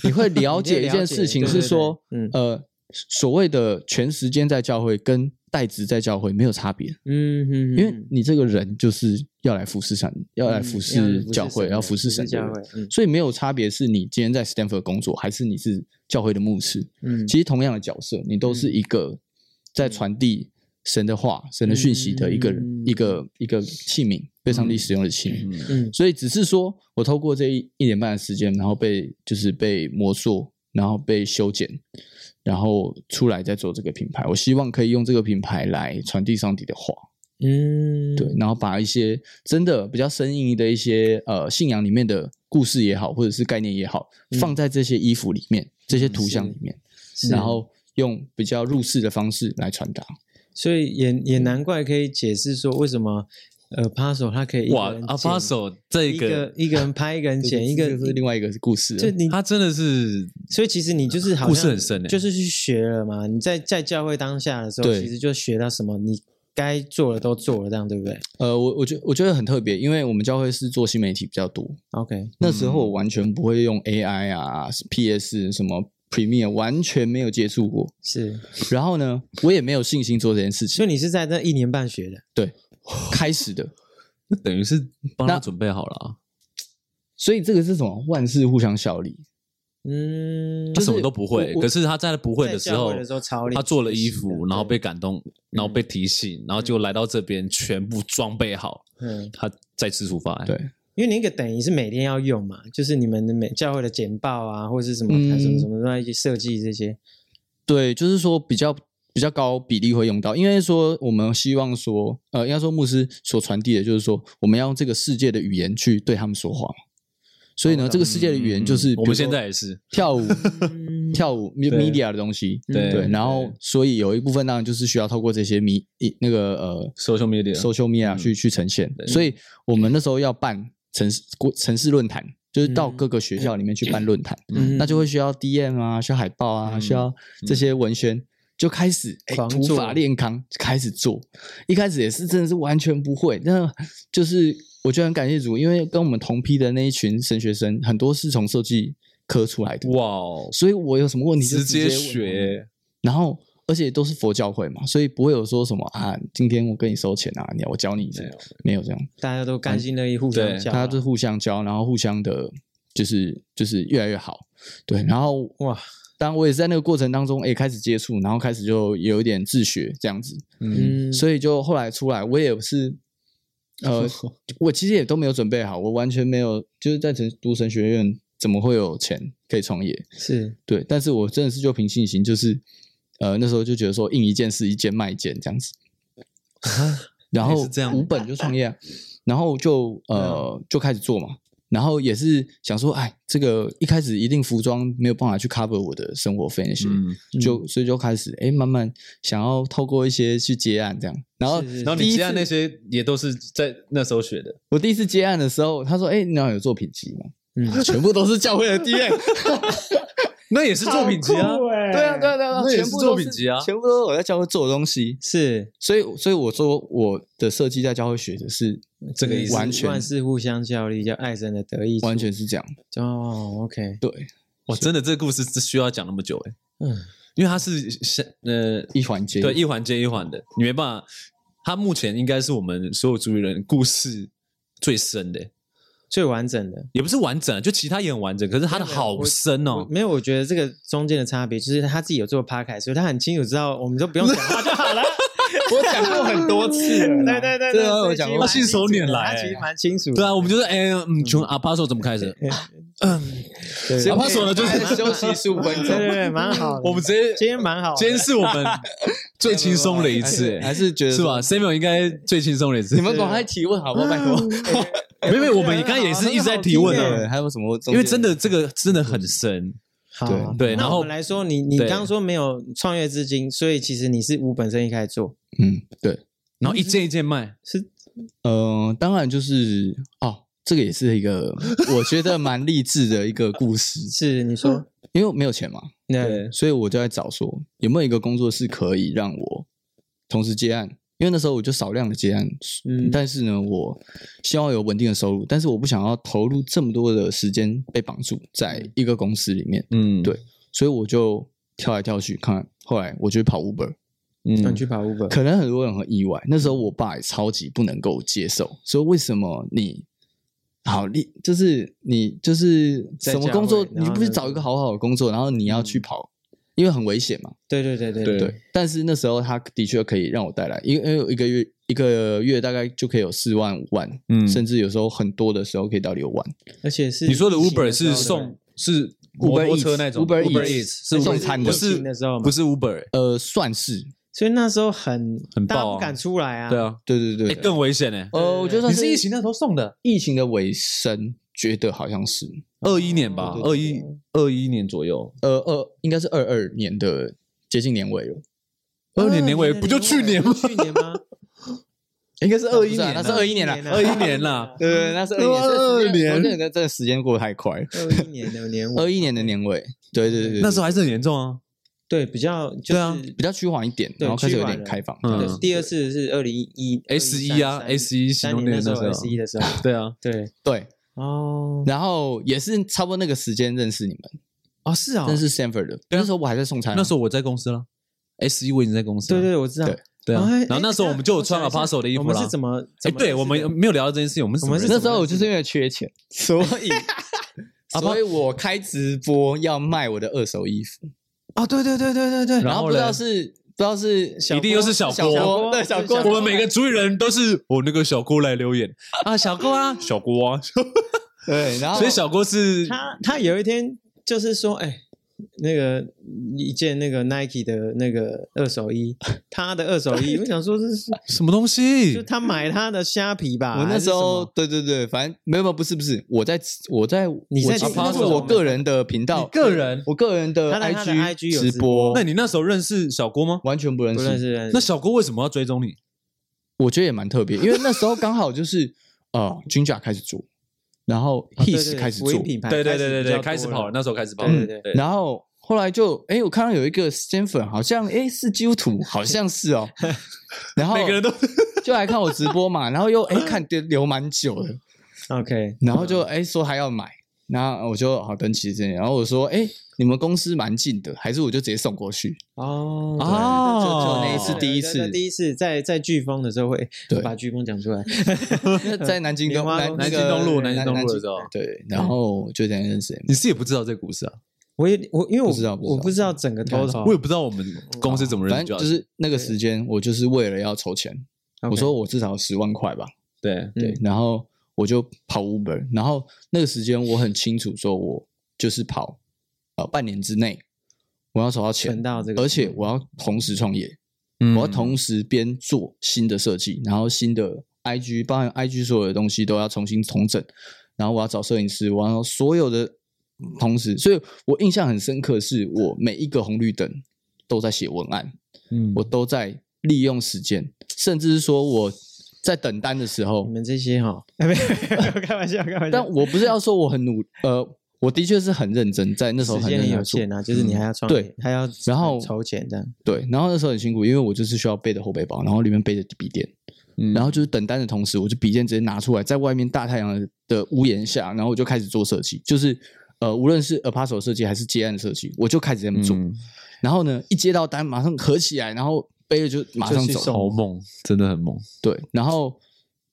S3: 你会了解一件事情，
S1: 你会了解
S3: 是说，
S1: 对嗯对对
S3: 呃，所谓的全时间在教会跟代职在教会没有差别，
S1: 嗯嗯，
S3: 因为你这个人就是要来服侍神，要来服侍教会，要服
S1: 侍
S3: 侍
S1: 神的
S3: 神
S1: 教会
S3: 的人，，
S1: 嗯
S3: 所以没有差别是你今天在 Stanford 工作，还是你是教会的牧师。
S1: 嗯，
S3: 其实同样的角色，你都是一个在传递神的话、神的讯息的一个人、
S1: 嗯
S3: 一个一个器皿，被上帝使用的器皿。
S1: 嗯
S3: 所以只是说我透过这一一年半的时间，然后被就是被磨塑，然后被修剪，然后出来再做这个品牌。我希望可以用这个品牌来传递上帝的话，
S1: 嗯
S3: 对，然后把一些真的比较生硬的一些呃信仰里面的故事也好，或者是概念也好，放在这些衣服里面、这些图像里面，
S1: 嗯是
S3: 然后用比较入世的方式来传达。
S1: 所以也
S3: 嗯
S1: 也难怪可以解释说为什么呃 p a s o 他可以一个
S2: 哇
S1: 人
S3: 啊
S2: 阿
S1: 剪
S2: 巴手这
S1: 一个一个人拍一
S3: [LAUGHS]
S1: 个人剪一个，
S3: 这是另外一个故事了，
S1: 就你
S2: 他真的是
S1: 所以其实你就是好像
S2: [LAUGHS] 故事很深欸
S1: 就是去学了嘛。你在在教会当下的时候，
S3: 对
S1: 其实就学到什么你该做的都做了，这样对不对
S3: 呃，我我觉我觉得很特别，因为我们教会是做新媒体比较多，
S1: ？OK，
S3: 那时候我完全不会用 AI 啊、PS 什么 Premiere 完全没有接触过，
S1: 是，
S3: 然后呢，我也没有信心做这件事情。
S1: 所以你是在这一年半学的，
S3: 对，开始的，
S2: 那等于是帮他
S3: 那
S2: 准备好了、啊，
S3: 所以这个是什么？万事互相效力。
S1: 嗯，
S2: 他什么都不会，
S3: 我
S2: 可是他在不会的
S1: 在
S2: 时
S1: 教
S2: 候
S1: 会，的时候超厉
S2: 他
S1: 害
S2: 做了衣
S1: 是
S2: 服，
S1: 的
S2: 然后被感动，然后被
S3: 嗯
S2: 提醒，然后就来到这边，全部装备好，
S1: 嗯，
S2: 他再次出
S1: 哎
S2: 发、欸。
S3: 对，
S1: 因为你那个等于是每天要用嘛，就是你们的每教会的简报啊，或者是什么、
S3: 嗯
S1: 什么什么那些设计这
S2: [LAUGHS]
S1: 些，
S3: 对，就是说比较比较高比例会用到，因为说我们希望说，呃，应该说牧师所传递的就是说，我们要用这个世界的语言去对他们说话嘛。所
S1: 哦
S3: 以呢，这个世界的语言就是比
S2: 嗯我
S3: 如
S2: 们
S3: 说
S2: 现在也是，
S3: 跳
S1: [LAUGHS]
S3: 舞
S1: 嗯
S3: 跳舞 me-
S2: 对
S3: media 的东西，
S2: 对对
S3: 然后所以有一部分当然就是需要透过这些迷一那个呃
S2: Social media
S3: social media
S2: 嗯
S3: 去去呈现
S2: 对，
S3: 所以我们那时候要办城市国城市论坛，就是到
S1: 嗯
S3: 各个学校里面去办论坛，
S1: 嗯
S3: 那就会需要 DM 啊，需要海报啊，
S2: 嗯
S3: 需要这些文宣。就开始哎，
S1: 狂
S3: 土
S1: 做
S3: 法炼钢，开始做。一开始也是真的是完全不会，那就是我觉得很感谢主，因为跟我们同批的那一群神学生，很多是从设计科出来的，
S2: 哇哦，
S3: 所以我有什么问题就
S2: 直接
S3: 问他们
S2: 学，
S3: 然后而且都是佛教会嘛，所以不会有说什么啊，今天我跟你收钱啊，你我教你这样，没有这样，
S1: 大家都甘心乐意互相
S2: 对
S1: 教
S3: 大
S1: 啊，
S3: 家都互相教，然后互相的，就是就是越来越好，对，然后
S1: 哇，
S3: 当然我也是在那个过程当中，哎，开始接触，然后开始就有一点自学这样子，
S2: 嗯，
S1: 嗯，
S3: 所以就后来出来，我也是。呃，我其实也都没有准备好，我完全没有，就是在成读神学院，怎么会有钱可以创业？
S1: [LAUGHS] 是
S3: 对，但是我真的是就凭信心，就是呃那时候就觉得说印一件是一件卖一件这样子，然
S2: 啊也
S3: 后
S2: 是这样嗯
S3: 五本就创业啊，然后就呃就开始做嘛，然后也是想说，哎，这个一开始一定服装没有办法去 cover 我的生活费那些，
S2: 嗯，
S3: 就所以就开始哎慢慢想要透过一些去接案这样，然后
S1: 是是是
S2: 然后
S3: 第
S2: 你
S3: 一
S2: 接案
S3: 次
S2: 那些也都是在那时候学的，
S3: 我第一次接案的时候，他说，哎，你要有作品集嘛，
S1: 嗯，
S3: 全部都是教会的
S2: [LAUGHS]
S3: DM。
S2: 那也是作品集啊，
S3: 对啊，对啊，对啊，
S2: 那也
S3: 全
S2: 是
S3: 部
S2: 作
S3: 都
S2: 品
S3: 是
S2: 集啊
S3: 全部都是我在教会做的东西，
S1: 是
S3: 所以，所以我说我的设计在教会学的是
S2: 这个意思
S3: 完全
S1: 嗯万事互相效力，叫爱神的得意处，
S3: 完全是这样。
S1: 哦，OK，
S3: 对，
S2: 哇，真的这个故事是需要讲那么久哎、
S1: 嗯，
S2: 因为它是像呃
S3: 一环接一
S2: 对
S3: 环
S2: 一环接一环的，你没办法，他目前应该是我们所有主理人故事最深的欸、
S1: 最完整的。
S2: 也不是完整，就其他也很完整，可是他的好深
S1: 我
S2: 哦。
S1: 没有，我觉得这个中间的差别就是他自己有做 podcast，所以他很清楚知道我们都不用讲话
S2: [LAUGHS]
S1: 就好了。
S3: 我讲过很多次 [LAUGHS] 了
S1: 对
S3: 啦，
S1: 对对
S3: 这
S1: 对，
S3: 个
S1: 所
S3: 我
S1: 以
S3: 讲
S1: 其实
S3: 过
S1: 蛮
S2: 信手拈来
S1: 他其实蛮清楚的。
S2: 对啊，我们就是哎，嗯，从阿巴索怎么开始？
S1: 对，对
S2: 阿巴索呢，就是
S3: 大概休息十五分
S1: 对
S3: 钟，
S1: 对对，蛮好的。
S2: 我们直接
S1: 今天蛮哎好的，
S2: 今天是我们最轻松的一次，
S3: [LAUGHS] 还
S2: 哎
S3: 是觉得
S2: 是吧？？Samuel 应该最轻松的一次
S3: 你，们赶快提问好不好？拜
S2: [LAUGHS]
S3: 托，
S2: 没有没有，我们刚刚也是一直在提问
S1: 很好
S2: 啊，
S3: 对，还有什么？
S2: 因为真的这个真的很深，
S1: 好
S3: 对
S1: 好
S2: 对
S1: 那
S2: 然后
S1: 我们来说，你你
S2: 对
S1: 刚刚说没有创业资金，所以其实你是无本生意开始做，
S3: 嗯，对，
S2: 然后一件一件卖，
S1: 是
S3: 呃，当然就是哦，这个也是一个我觉得蛮励志的一个故事，
S1: 是你
S2: 嗯
S1: 说
S3: 因为我没有钱嘛，
S1: 那
S3: 所以我就在找说有没有一个工作室可以让我同时接案，因为那时候我就少量的接案，
S1: 嗯
S3: 但是呢，我希望有稳定的收入，但是我不想要投入这么多的时间被绑住在一个公司里面，
S2: 嗯，
S3: 对所以我就跳来跳去看，后来我就跑 Uber，
S1: 那
S2: 嗯
S1: 你，去跑 Uber，
S3: 可能很多人很意外，那时候我爸也超级不能够接受，说为什么你。好，你就是你就是
S1: 在
S3: 什么
S1: 家
S3: 工作
S1: 会，然
S3: 你
S1: 后
S3: 不是
S1: 呢
S3: 找一个好好的工作，然后你要去跑，因为很危险嘛。
S1: 对对对对
S2: 对
S3: 对，但是那时候他的确可以让我带来，因为因为一个月一个月大概就可以有四万五万，
S2: 嗯
S3: 甚至有时候很多的时候可以到六万。
S1: 而且是
S2: 你说的
S1: 疫情时候
S2: Uber 是
S1: 对
S2: 送是摩托车那种
S3: Uber Eats，
S2: Uber
S3: Uber
S2: Eats 是
S3: 送餐
S2: 不
S3: 的
S1: 疫
S2: 是
S1: 情的时候嘛
S2: 不是 Uber，欸
S3: 呃，算是
S1: 所以那时候很
S2: 很
S1: 大家
S2: 爆啊
S1: 不敢出来啊，
S2: 对，啊，
S3: 对对对
S2: 哎，
S3: 对
S2: 更危险呢。
S3: 呃，我觉得算是
S2: 那时候送的，
S3: 疫情的尾声，觉得好像是
S2: 二一年吧，二
S3: 对
S2: 一二一年左右，
S3: 呃二应该是二二年的接近年尾了，
S2: 二年年尾不就去年
S1: [LAUGHS]
S2: 吗？
S1: 去年
S2: [LAUGHS]
S1: 吗？
S2: 应该是
S3: 啊不是啊那是二
S2: 一
S3: 一年啦，，
S2: 二一年
S1: [LAUGHS]
S2: 啦
S3: 对对，那
S2: [LAUGHS]
S3: 是
S2: 二
S3: 二
S2: 二年
S3: 真的真的时间过得太快了，
S1: 二一年的年
S3: 二
S1: 尾，
S3: 一年的年尾，对对对对，
S2: 那时候还是很严重啊。
S1: 对，比较就
S2: 对啊
S1: 是
S3: 比较趋缓一点，
S1: 对
S3: 然后开始有
S1: 趋缓
S3: 点
S1: 了
S3: 开放，
S2: 嗯
S1: 对第二次是二零一
S2: S 一啊，S 一行
S1: 三
S2: 动
S1: 年
S2: 电
S1: 那
S2: 源
S1: 时
S2: 那
S1: 候
S2: 时
S1: S
S2: 候
S1: 一，的时
S2: [LAUGHS]
S1: 候，
S2: 对啊，
S1: 对
S3: 对，
S1: 哦，
S3: 然后也是差不多那个时间认识你们，
S2: 啊，是啊，
S3: 真是 Stanford 的。那时候我还在送餐啊，
S2: 那时候我在公司了，S E 我已经在公司
S1: 对
S2: 了，
S1: 对对，我知道。
S3: 对
S2: 对啊
S1: 哎
S2: 然后那时候我们就有穿
S1: 哎
S2: Apostle 的衣服
S1: 我们
S2: 啦
S1: 是怎么？
S2: 哎，
S1: 怎么
S2: 对我们没有聊到这件事情，我们怎
S1: 我
S2: 么
S1: 们
S2: 认
S1: 是
S2: 识
S1: 怎么
S3: 那时候我就是因为缺钱， [LAUGHS] 所以所以我开直播要卖我的二手衣服，
S1: 哦，对对对对对对，
S2: 然
S3: 然
S2: 后
S3: 后不知
S2: 嘞
S3: 道是不知道是
S1: 小
S4: 一定又是
S3: 小
S4: 小
S3: 郭
S4: 郭。
S1: 郭
S3: 对小郭，
S1: 小郭
S4: 我们每个主语人都是我那个小郭来留言啊，小郭
S2: [LAUGHS]
S4: 啊，小郭啊，
S3: 对，然后
S4: 所以小郭是
S1: 他他有一天就是说，哎，那个一件那个 Nike 的那个二手衣， [LAUGHS] 他的二手
S3: [LAUGHS]
S1: 衣，我想说这是
S4: 什么东
S1: 就
S4: 西？
S1: 他买他的虾皮吧。
S3: 我
S1: 啊还
S3: 那
S1: 是
S3: 时候
S1: 什么
S3: 对对对，反正没有没有不是不是，我在我在
S1: 你在
S3: 我其实那是
S1: Apostle
S3: 我个人的频道，
S2: 你个人
S3: 我个人的
S1: 他的他的 IG 有
S3: 直
S1: 直播
S2: 那你那时候认识小郭吗？
S3: 完全不认
S1: 不认
S3: 识，
S1: 识人，
S2: 那小郭为什么要追踪你？
S3: 我觉得也蛮特别，因为那时候刚好就是呃君甲开始做，然后
S1: 哦啊
S3: His 开始做，
S1: 品牌，
S2: 对对对对对，开
S1: 哎开
S2: 始
S1: 始
S2: 跑了，那时候开始跑了，
S1: 对对
S3: 嗯
S1: 对，
S2: 对
S3: 然后后来就哎，我看到有一个 Stanford，好像哎是基督徒，好像是哦，然
S2: 哦
S3: 后
S4: 每个人都
S3: 就来看我直播嘛，然后又哎看留留蛮久的，
S1: OK，
S3: 然后就哎说还要买，然后我就好登记这里，然后我说哎你们公司蛮近的，还是我就直接送过去？
S1: 哦
S2: 啊
S1: 对对对
S2: 哦
S1: 对
S2: 那一次
S1: 对
S3: 第一
S1: 对
S3: 次
S1: 对第一次在在飓风的时候会
S3: 对 [LAUGHS]
S1: 把飓风讲出来，
S3: 在南京
S1: 莲
S3: 东
S1: 花
S3: 南
S1: 宫
S3: 那
S2: 南
S3: 个
S2: 京东路，
S3: 南
S2: 南京东
S3: 南
S2: 路的时候，
S3: 对，然后就这样认识 M。
S2: 你是也不知道这个故事啊，
S1: 我也我因为我
S3: 不知道不知道
S1: 我不知道整个
S3: 看
S1: total，
S2: 我也不知道我们公司怎么认
S3: 反
S2: 识啊
S3: 正
S2: 的，
S3: 就是那个时间，我就是为了要筹钱，我
S1: OK
S3: 说我至少十万块吧，
S2: 对，
S1: 嗯
S3: 对，然后我就跑 Uber，然后那个时间我很清楚，说我就是跑呃半年之内我要筹到钱
S1: 存，到这个，
S3: 而且我要同时创业，
S2: 嗯
S3: 我要同时边做新的设计，然后新的 IG，包含 IG 所有的东西都要重新重整，然后我要找摄影师，我要所有的同时，所以我印象很深刻，是我每一个红绿灯都在写文案，
S2: 嗯
S3: 我都在利用时间，甚至是说我在等单的时候
S1: 你，们这些哈， [LAUGHS] 没有没有开玩笑开玩笑，
S3: 但我不是要说我很努，呃，我的确是很认真，在那时候
S1: 时
S3: 很
S1: 间
S3: 认
S1: 也
S3: 真
S1: 有
S3: 在做
S1: 限啊，就是你还要创
S3: 对
S1: 业，还要
S3: 然后
S1: 筹钱这样，
S3: 对，然后那时候很辛苦，因为我就是需要背着后背包，然后里面背着笔电，
S2: 嗯
S3: 然后就是等单的同时，我就笔电直接拿出来，在外面大太阳的的屋檐下，然后我就开始做设计，就是呃，无论是 a p a s o 设计还是接案的设计，我就开始这么做。
S2: 嗯
S3: 然后呢，一接到单马上合起来，然后背着就马上
S1: 就去
S3: 走
S1: 送，
S2: 好猛，真的很猛，
S3: 对，然后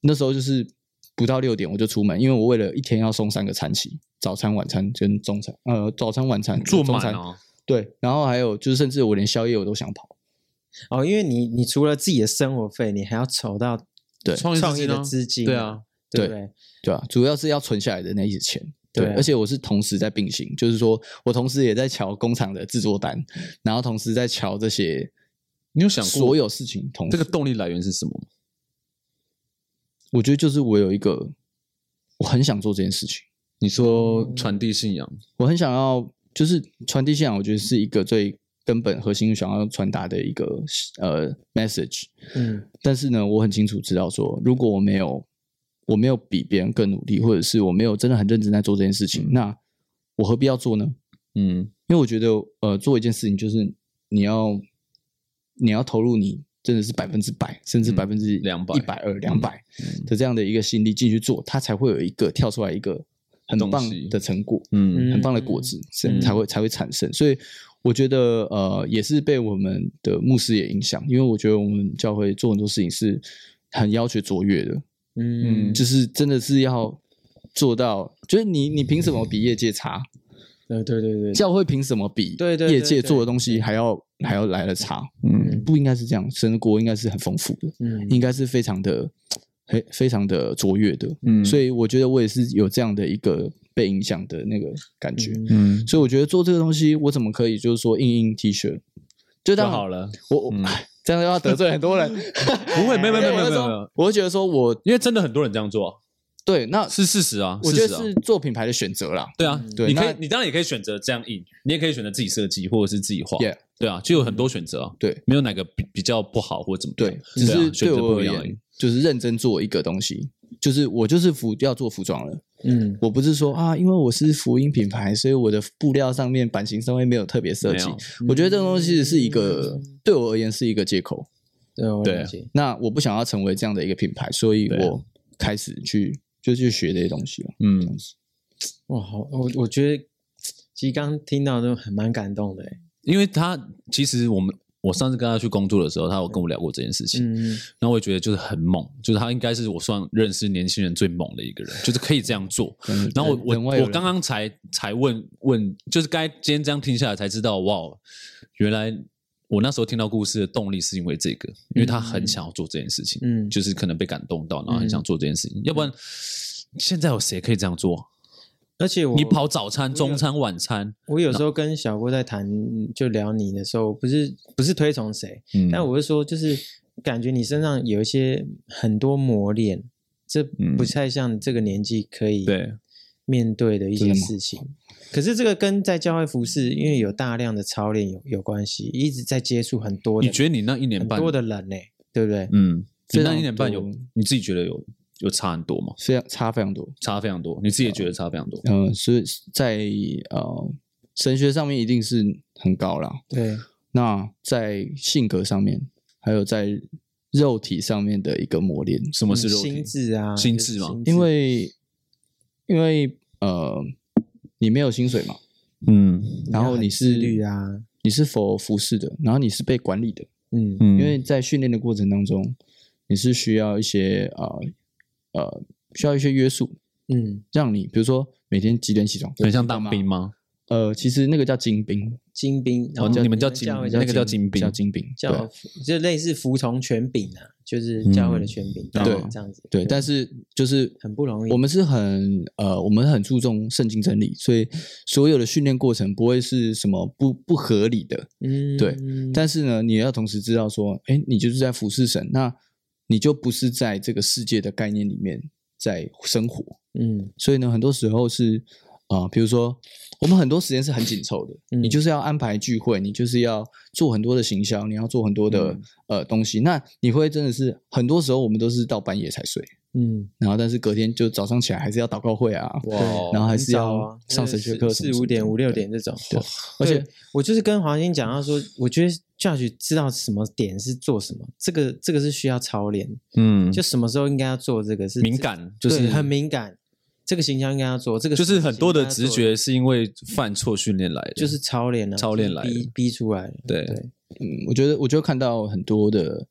S3: 那时候就是不到六点我就出门，因为我为了一天要送三个餐期，早餐、晚餐跟中餐，呃，早餐、晚餐、
S2: 做
S3: 中
S2: 满
S3: 餐，
S2: 哦，
S3: 对，然后还有就是甚至我连宵夜我都想跑，
S1: 哦，因为你你除了自己的生活费，你还要筹到
S3: 对
S2: 创业
S1: 创
S2: 资
S1: 业
S2: 金
S1: 的
S2: 啊
S1: 资金，
S2: 对啊，
S1: 对不对？
S3: 对啊，主要是要存下来的那一些钱。
S1: 对
S3: 对，
S1: 啊
S3: 而且我是同时在并行，就是说我同时也在瞧工厂的制作单，然后同时在瞧这些
S2: 你有想过
S3: 所有事情同
S2: 这
S3: 时。
S2: 个动力来源是什么吗？
S3: 我觉得就是我有一个，我很想做这件事情，
S2: 你说传递信仰，
S3: 我很想要就是传递信仰，我觉得是一个最根本核心想要传达的一个呃 message。
S1: 嗯，
S3: 但是呢，我很清楚知道说，如果我没有我没有比别人更努力，或者是我没有真的很认真在做这件事情，那我何必要做呢？
S2: 嗯
S3: 因为我觉得，呃，做一件事情就是你要你要投入你真的是百分之百，甚至
S2: 嗯
S3: 百分之
S2: 200
S3: 一百二、两百
S2: 嗯
S3: 的这样的一个心力进去做，它才会有一个跳出来一个很
S2: 东
S3: 棒
S2: 西
S3: 的成果，
S2: 嗯
S3: 很棒的果子，是
S1: 嗯
S3: 才会才会产生。所以我觉得，呃，也是被我们的牧师也影响，因为我觉得我们教会做很多事情是很要求卓越的，
S1: 嗯，
S3: 就是真的是要做到，就是你你凭什么比业界差？
S1: 呃对对对对，
S3: 教会凭什么比
S1: 对对对
S3: 业界做的东西还要还要来的差？
S2: 嗯，
S3: 不应该是这样，神的国应该是很丰富的，
S1: 嗯
S3: 应该是非常的非非常的卓越的。
S2: 嗯
S3: 所以我觉得我也是有这样的一个被影响的那个感觉。
S1: 嗯
S2: 嗯
S3: 所以我觉得做这个东西，我怎么可以就是说印印 T 恤就
S2: 就
S3: 当
S2: 好？了，
S3: 我我、
S2: 嗯
S3: [LAUGHS] 这样又要得罪很多人， [LAUGHS]
S2: 不会，没有没有没有没有没有，
S3: 我会觉得说我
S2: 因为真的很多人这样做，啊
S3: 对那
S2: 是事实啊，
S3: 我觉
S2: 事
S3: 得
S2: 实啊
S3: 是做品牌的选择啦。
S2: 对啊，
S3: 嗯对
S2: 你可
S3: 那
S2: 以，你当然也可以选择这样印，你也可以选择自己设计或者是自己画
S3: Yeah
S2: 对啊，就有很多选择啊，
S3: 对，
S2: 没有哪个比比较不好或者怎么样
S3: 对，只
S2: 啊
S3: 是
S2: 选
S3: 对
S2: 择
S3: 我
S2: 不
S3: 而
S2: 一样而已
S3: 言，，就是认真做一个东西，就是我就是服要做服装了。
S1: 嗯
S3: 我不是说啊，因为我是福音品牌，所以我的布料上面、版型上面没有特别设计
S2: 没有。
S3: 我觉得这个东西是一个、对我而言是一个借口。
S1: 对我
S2: 对
S1: 了解，
S3: 那我不想要成为这样的一个品牌，所以
S2: 对啊
S3: 我开始去就去学这些东西了。
S2: 嗯
S1: 哇，好，我我觉得。其实刚听到都很蛮感动的欸，
S2: 因为他其实我们我上次跟他去工作的时候，他有跟我聊过这件事情，
S1: 嗯，
S2: 然后我也觉得就是很猛，就是他应该是我算认识年轻人最猛的一个人，就是可以这样做。嗯然后我
S3: 人外
S2: 我
S3: 有
S2: 我刚刚才才问问，就是该今天这样听下来才知道，哇，原来我那时候听到故事的动力是因为这个，因为他很想要做这件事情，
S1: 嗯
S2: 就是可能被感动到，然后很想做这件事情，要不然现在有谁可以这样做？啊
S1: 而且我
S2: 你跑早餐、中餐、晚餐，
S1: 我有时候跟小郭在谈，就聊你的时候，不是不是推崇谁，
S2: 嗯
S1: 但我是说，就是感觉你身上有一些很多磨练，这不太像这个年纪可以
S2: 嗯对
S1: 面对的一些事情。可是这个跟在教会服饰，因为有大量的操练有有关系，一直在接触很多的
S2: 你觉得你那一年
S1: 很
S2: 半，
S1: 多的人呢、对不对？
S2: 嗯，你
S3: 非
S2: 那
S3: 常
S2: 一年半有
S3: 多
S2: 你自己觉得有有差很多吗？
S3: 非常差非常多。
S2: 差非常多，你自己也觉得差非常
S1: 啊
S2: 多。
S3: 嗯、所以在呃神学上面一定是很高啦。
S1: 对，
S3: 那在性格上面，还有在肉体上面的一个磨练，
S2: 什么是肉体
S1: 心？智啊，
S2: 心智嘛
S1: 就是
S3: 因为因为呃你没有薪水嘛，
S2: 嗯
S3: 然后你
S1: 自
S3: 是
S1: 律啊，
S3: 你是否服侍的，然后你是被管理的，
S1: 嗯
S2: 嗯，
S3: 因为在训练的过程当中，你是需要一些呃呃需要一些约束，
S1: 嗯，
S3: 让你比如说每天几点起床，
S2: 很像当兵吗？
S3: 呃，其实那个叫精兵，
S1: 精兵，然
S2: 哦
S1: 后
S2: 你们叫
S1: 精
S2: 精，
S1: 会
S2: 那个叫精兵
S3: 叫，精兵，对
S1: 叫就类似服从权柄啊，就是
S2: 嗯
S1: 教会的权柄，大概
S3: 对
S1: 这样子，
S3: 对，但是就是
S1: 很不容易
S3: 我们是很呃，我们很注重圣经真理，所以所有的训练过程不会是什么不不合理的。
S1: 嗯，
S3: 对，但是呢，你也要同时知道说，哎，你就是在服侍神，那你就不是在这个世界的概念里面在生活。
S1: 嗯
S3: 所以呢，很多时候是啊、呃比如说我们很多时间是很紧凑的，
S1: 嗯
S3: 你就是要安排聚会，你就是要做很多的行销，你要做很多的、
S1: 嗯
S3: 呃东西。那你会真的是很多时候我们都是到半夜才睡，
S1: 嗯，
S3: 然后但是隔天就早上起来还是要祷告会啊，
S2: 哇
S1: 对
S3: 然后还
S1: 很
S3: 是
S1: 早
S3: 要
S1: 啊
S3: 上神学课什么
S1: 四
S3: 什么
S1: 五点
S3: 的
S1: 五六。点这种，哦
S3: 对
S1: 对，
S3: 而且
S1: 我就是跟黄鑫讲到说，我觉得教学知道什么点是做什么，这个这个是需要操练，
S2: 嗯，
S1: 就什么时候应该要做这个是
S2: 敏，感，就
S1: 对
S2: 是
S1: 很敏感，这个形象应该要做，这个
S2: 就是很多
S1: 形
S2: 的
S1: 象
S2: 直
S1: 要做，
S2: 觉是因为犯错训练来的，
S1: 就是操练啊，
S2: 操练来的
S1: 就是逼逼出来的，
S2: 对
S3: 嗯，我觉得我就看到很多的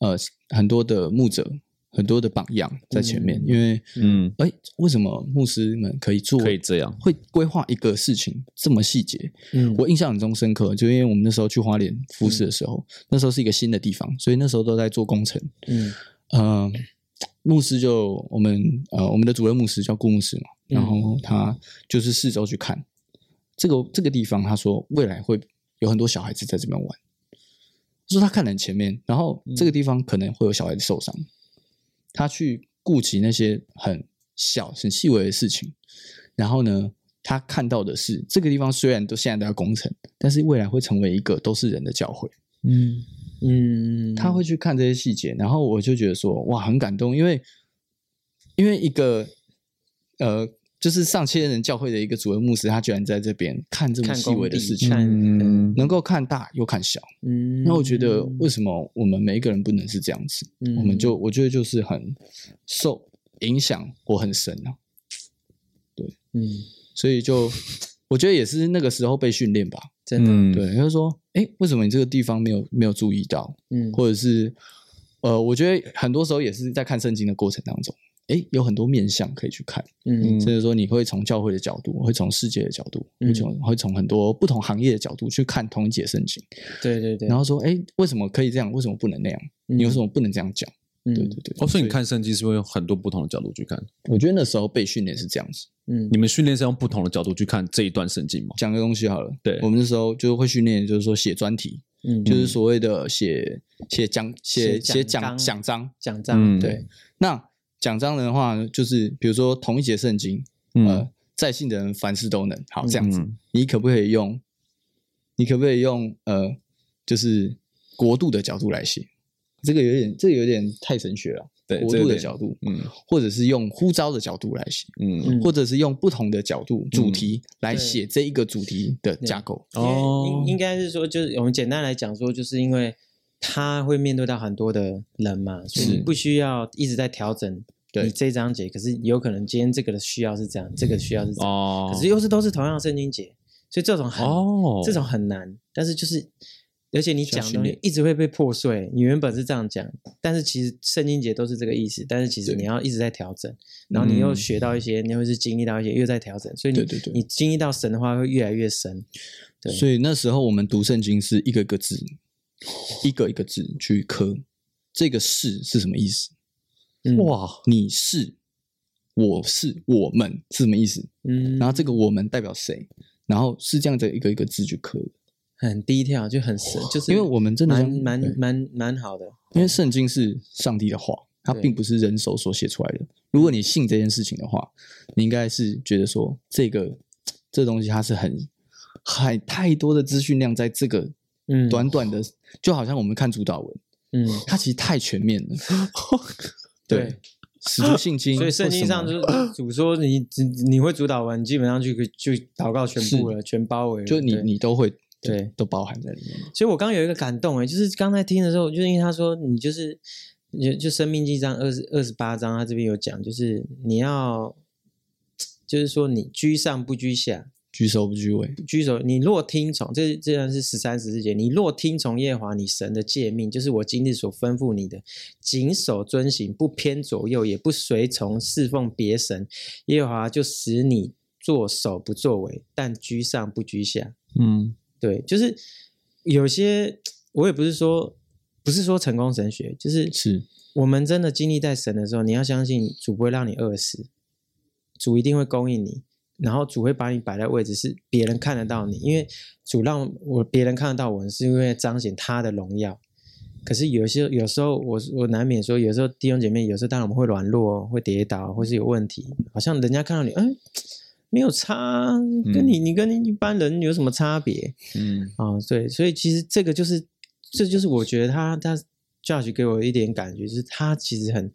S3: 呃很多的牧者，很多的榜样在前面，
S1: 嗯
S3: 因为
S2: 嗯，
S3: 哎，为什么牧师们可以做
S2: 可以这样，
S3: 会规划一个事情这么细节？
S1: 嗯，
S3: 我印象很中深刻，就因为我们那时候去花莲服侍的时候，那时候是一个新的地方，所以那时候都在做工程。
S1: 嗯
S3: 呃，牧师就我们呃我们的主任牧师叫顾牧师嘛，然后他就是四周去看这个这个地方，他说未来会有很多小孩子在这边玩。他说他看得很前面，然后这个地方可能会有小孩子受伤，他去顾及那些很小很细微的事情，然后呢，他看到的是这个地方虽然都现在都在工程，但是未来会成为一个都是人的教会。
S1: 嗯嗯，
S3: 他会去看这些细节，然后我就觉得说哇，很感动，因为因为一个呃，就是上千人教会的一个主任牧师，他居然在这边看这么
S1: 看
S3: 细
S1: 工
S3: 微的
S1: 地
S3: 事情，
S1: 看
S2: 嗯
S3: 能够看大又看小。
S1: 嗯，
S3: 那我觉得为什么我们每一个人不能是这样子？我们
S1: 嗯
S3: 就我觉得就是很受影响，我很深啊，
S1: 嗯，
S3: 所以就我觉得也是那个时候被训练吧。
S1: 真的，
S2: 嗯，
S3: 对，他就说，哎，为什么你这个地方没有没有注意到？
S1: 嗯，
S3: 或者是呃，我觉得很多时候也是在看圣经的过程当中，诶，有很多面向可以去看，
S1: 嗯
S3: 甚至说你会从教会的角度，会从世界的角度，
S1: 嗯
S3: 会从会从很多不同行业的角度去看同一节圣经，
S1: 对对对，
S3: 然后说，诶，为什么可以这样？为什么不能那样？你为什
S1: 么？
S3: 么不能这样讲？
S1: 嗯
S3: 对对对，
S2: 哦，所以你看圣经是会用很多不同的角度去看，
S3: 我觉得那时候被训练是这样子。
S1: 嗯
S2: 你们训练是用不同的角度去看这一段圣经吗？
S3: 讲个东西好了，
S2: 对
S3: 我们那时候就会训练，就是说写专题，
S1: 嗯，
S3: 就是所谓的写写讲写
S1: 写
S3: 写
S1: 讲
S3: 讲
S1: 纲
S3: 讲章，
S1: 讲章，
S2: 嗯
S3: 对，那讲章的话，就是比如说同一节圣经，呃，在信的人凡事都能。好，这样子，
S2: 嗯
S3: 你可不可以用？你可不可以用呃，就是国度的角度来写？这个有点，这个有点太神学了。
S2: 对
S3: 国
S2: 这
S3: 度
S2: 有
S3: 的
S2: 点
S3: 角度，
S2: 嗯
S3: 或者是用呼召的角度来写，
S2: 嗯，
S1: 嗯
S3: 或者是用不同的角度、主题来
S1: 对
S3: 写这一个主题的架构。
S1: 因为
S2: 哦
S1: 应应该是说，就是我们简单来讲说，就是因为他会面对到很多的人嘛，所以
S3: 是
S1: 你不需要一直在调整
S3: 对
S1: 你这章节，可是有可能今天这个的需要是这样，这个需要是这样，
S2: 哦
S1: 可，是又是都是同样的圣经节，所以这种很、
S2: 哦，
S1: 这种很难，但是就是。而且你讲的
S3: 训
S1: 东
S3: 练
S1: 西一直会被破碎，你原本是这样讲，但是其实圣经节都是这个意思，但是其实
S3: 对
S1: 你要一直在调整，然后你又
S3: 嗯
S1: 学到一些，你又是经历到一些，又在调整，所以你
S3: 对对对
S1: 你经历到神的话会越来越深，对
S3: 所以那时候我们读圣经是一个一个字，一个一个字去磕。这个是是什么意思？
S1: 嗯
S3: 哇，你是，我是，我们是什么意思？
S1: 嗯，
S3: 然后这个我们代表谁？然后是这样子一个一个字去磕，
S1: 很低调就很神，就是
S3: 因为我们真的
S1: 蛮
S3: 相信
S1: 蛮
S3: 对
S1: 蛮蛮好的，
S3: 因为圣经是上帝的话，它
S1: 对
S3: 并不是人手所写出来的。如果你信这件事情的话，你应该是觉得说，这个这东西它是很很太多的资讯量在这个
S1: 嗯，
S3: 短短的，就好像我们看主导文，
S1: 嗯，
S3: 它其实太全面
S1: [LAUGHS]
S3: 了。
S1: 对，
S3: 使徒信经，
S1: 所以圣经上
S3: 或什么
S1: 就是主说你你你会主导完，基本上就可以就祷告全部了，全包围了。
S3: 就你
S1: 对，
S3: 你都会
S1: 对
S3: 都包含在里面。
S1: 所以我刚刚有一个感动诶，欸就是刚才听的时候，就是因为他说你就是就就生命记章二十二十八章，他这边有讲，就是你要就是说你居上不居下，
S3: 举手不举尾，
S1: 居首你若听从，这这然是十三十四节，你若听从耶和华你神的诫命，就是我今日所吩咐你的，谨守遵行，不偏左右，也不随从侍奉别神，耶和华就使你做首不作为，但居上不居下。
S2: 嗯，
S1: 对，就是有些我也不是说不是说成功神学，就是
S3: 是
S1: 我们真的经历在神的时候，你要相信主不会让你饿死，主一定会供应你，然后主会把你摆在位置是别人看得到你，因为主让我别人看得到我，是因为彰显他的荣耀。可是有些有时候我我难免说，有时候弟兄姐妹，有时候当然我们会软弱，会跌倒，或是有问题，好像人家看到你，嗯，没有差啊，跟你你跟一般人有什么差别？
S2: 嗯，
S1: 啊、对，所以其实这个就是，这就是我觉得他他 Josh 给我一点感觉，就是他其实很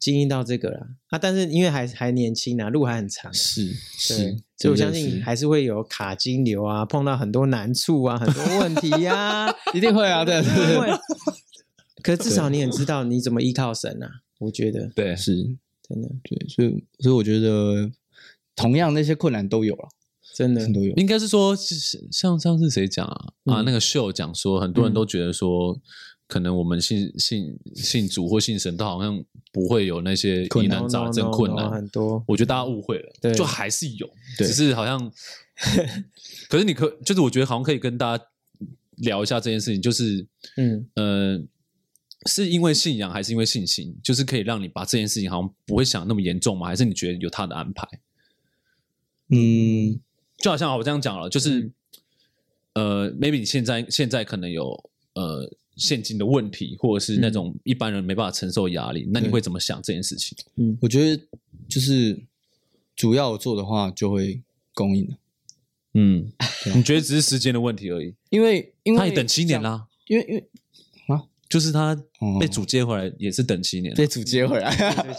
S1: 经历到这个啦。啊，但是因为还还年轻啊，路还很长，
S3: 是
S1: 对
S3: 是，，
S1: 所以我
S3: 真
S1: 相
S3: 的
S1: 信
S3: 是
S1: 还是会有卡金流啊，碰到很多难处啊，很多问题
S3: [LAUGHS]
S1: 呀、啊，
S3: 一定会啊，对对对
S1: 因为
S3: [LAUGHS]
S1: 可至少你也知道你怎么依靠神啊，我觉得
S2: 对，
S3: 是，
S1: 真的
S3: 对，所以所以我觉得，同样那些困难都有了，
S1: 真的，
S3: 都有。
S2: 应该是说，是像上次谁讲啊？啊，
S1: 嗯
S2: 那个秀讲说，很多人都觉得说，可能我们信信信主或信神，都好像不会有那些疑难
S1: No,
S2: 杂
S1: no,
S2: 症
S1: no,
S2: 困
S1: no，
S2: 难。
S1: 很多，
S2: 我觉得大家误会了，
S1: 对
S2: 就还是有，
S3: 对
S2: 只是
S1: [LAUGHS]
S2: 好像，可是你可就是我觉得好像可以跟大家聊一下这件事情，就是
S1: 嗯，
S2: 呃，是因为信仰还是因为信心，就是可以让你把这件事情好像不会想那么严重吗？还是你觉得有他的安排？
S3: 嗯，
S2: 就好像好我这样讲了，就是、呃，maybe 你现在现在可能有呃现金的问题，或者是那种一般人没办法承受压力，那你
S3: 对
S2: 会怎么想这件事情？
S3: 我觉得就是主要我做的话，就会供应了，
S2: 嗯， [LAUGHS] 你觉得只是时间的问题而已？
S3: 因为因为
S2: 他也等七年
S3: 讲，
S2: 啦，
S3: 因为因为
S2: 就是他
S3: 哦
S2: 被主接回来也是等七年。
S3: 被主接回来，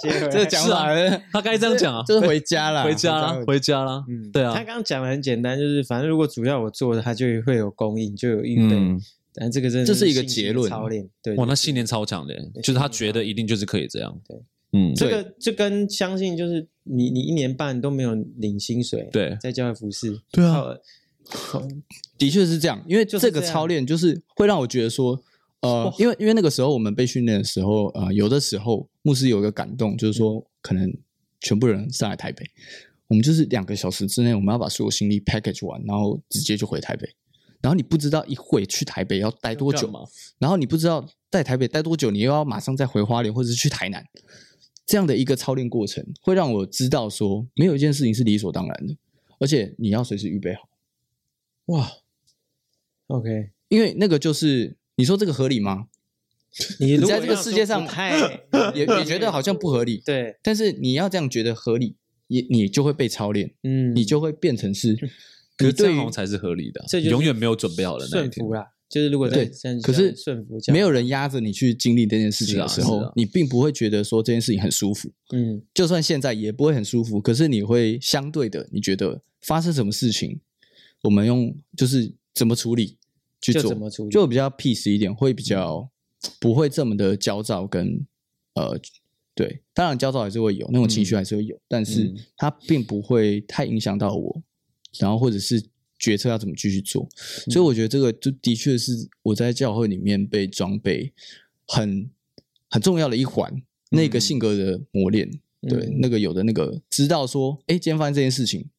S1: 接回来
S3: [LAUGHS] 这个讲法
S2: 他该这样讲啊，
S3: 就是回家啦，
S2: 回家啦，回家啦，
S1: 嗯，
S2: 对
S1: 他
S2: 啊，
S1: 刚刚讲的很简单，就是反正如果主要我做的，他就会有供应，就有预备。
S2: 嗯
S1: 但这个真的
S3: 这是一个
S1: 信心
S3: 结论
S1: 操练，对，
S2: 哇，
S1: 对
S2: 那信念超强的耶，就是他觉得一定就是可以这样。
S1: 对，
S2: 嗯，
S1: 这个这跟相信就是你你一年半都没有领薪水，
S2: 对
S1: 在教会服侍，
S2: 对啊
S1: 靠，靠
S3: 的确是这样，因为
S1: 就是
S3: 这个
S1: 这样
S3: 操练就是会让我觉得说，呃，因为因为那个时候我们被训练的时候，呃，有的时候牧师有一个感动，就
S1: 嗯
S3: 是说可能全部人上来台北，我们就是两个小时之内我们要把所有行李 package 完，然后直接就回台北。然后你不知道一会去台北要待多久
S2: 干嘛，
S3: 然后你不知道在台北待多久，你又要马上再回花莲或者是去台南，这样的一个操练过程会让我知道说，没有一件事情是理所当然的，而且你要随时预备好。
S1: 哇，OK，
S3: 因为那个就是你说这个合理吗？
S1: 你如果
S3: 在这个世界上
S1: 要说不太
S3: [LAUGHS] 也也觉得好像不合
S2: [LAUGHS]
S3: 理，
S1: [LAUGHS] 对，
S3: 但是你要这样觉得合理，也你就会被操练，
S1: 嗯，
S3: 你就会变成是，
S2: 可
S3: 你
S2: 是这
S3: 对
S2: 样好
S3: 于
S2: 像才是合理的啊，
S1: 这就是
S2: 永远没有准备好的那一
S1: 顺
S2: 天
S1: 服。啦，就是如果在
S3: 对
S1: 在
S3: 可是
S1: 顺服，
S3: 没有，人压着你去经历这件事情的
S2: 是
S3: 时
S2: 啊
S3: 候，
S2: 是啊
S3: 你并不会觉得说这件事情很舒服，
S1: 嗯
S3: 就算现在也不会很舒服，可是你会相对的，你觉得发生什么事情，我们用就是怎么处理去
S1: 就
S3: 做
S1: 怎，么处理嗯
S3: 就比较 peace 一点，会比较不会这么的焦躁跟呃，对，当然焦躁还是会有，那种
S1: 嗯
S3: 情绪还是会有，但是它并不会太影响到我，然后或者是决策要怎么继续做。所
S1: 嗯
S3: 以我觉得这个就的确是我在教会里面被装备很很重要的一环，那个性格的磨练。对，
S1: 嗯
S3: 那个有的那个知道说，哎，今天发生这件事情，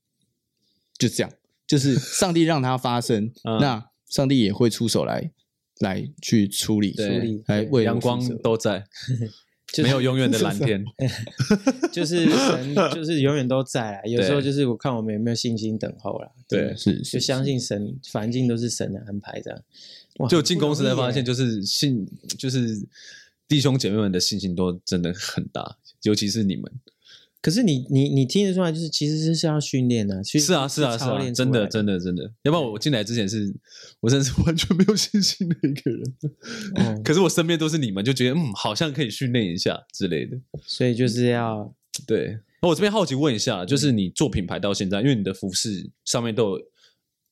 S3: 就这样，就是上帝让它发生，
S2: 嗯
S3: 那上帝也会出手来来去处理，
S2: 对
S1: 处理
S3: 来
S1: 对
S3: 为我
S2: 阳光
S3: 负责
S1: [LAUGHS]
S2: 都在，
S1: 就是哦
S2: 没有永远的蓝天。
S1: 就是神就是永远都在啊。有时候
S2: 对
S1: 就是我看我们有没有信心等候啦，
S2: 对，
S3: 是
S1: 就是相信神，环境都是神的安排这样。哇
S2: 就进公司才发现，
S1: 不
S2: 就是信，就是弟兄姐妹们的信心都真的很大，尤其是你们。
S1: 可是你你你听得出来，就是其实是是要训练的，去
S2: 是啊，是啊，是
S1: 操
S2: 啊，
S1: 练
S2: 真的，
S1: 的。
S2: 真的，真的。要不然我进来之前是，我真的是完全没有信心的一个人。
S1: [LAUGHS] 嗯
S2: 可是我身边都是你们，就觉得嗯，好像可以训练一下之类的。
S1: 所以就是要
S2: 对，那我这边好奇问一下，就是
S1: 嗯
S2: 你做品牌到现在，因为你的服饰上面都有，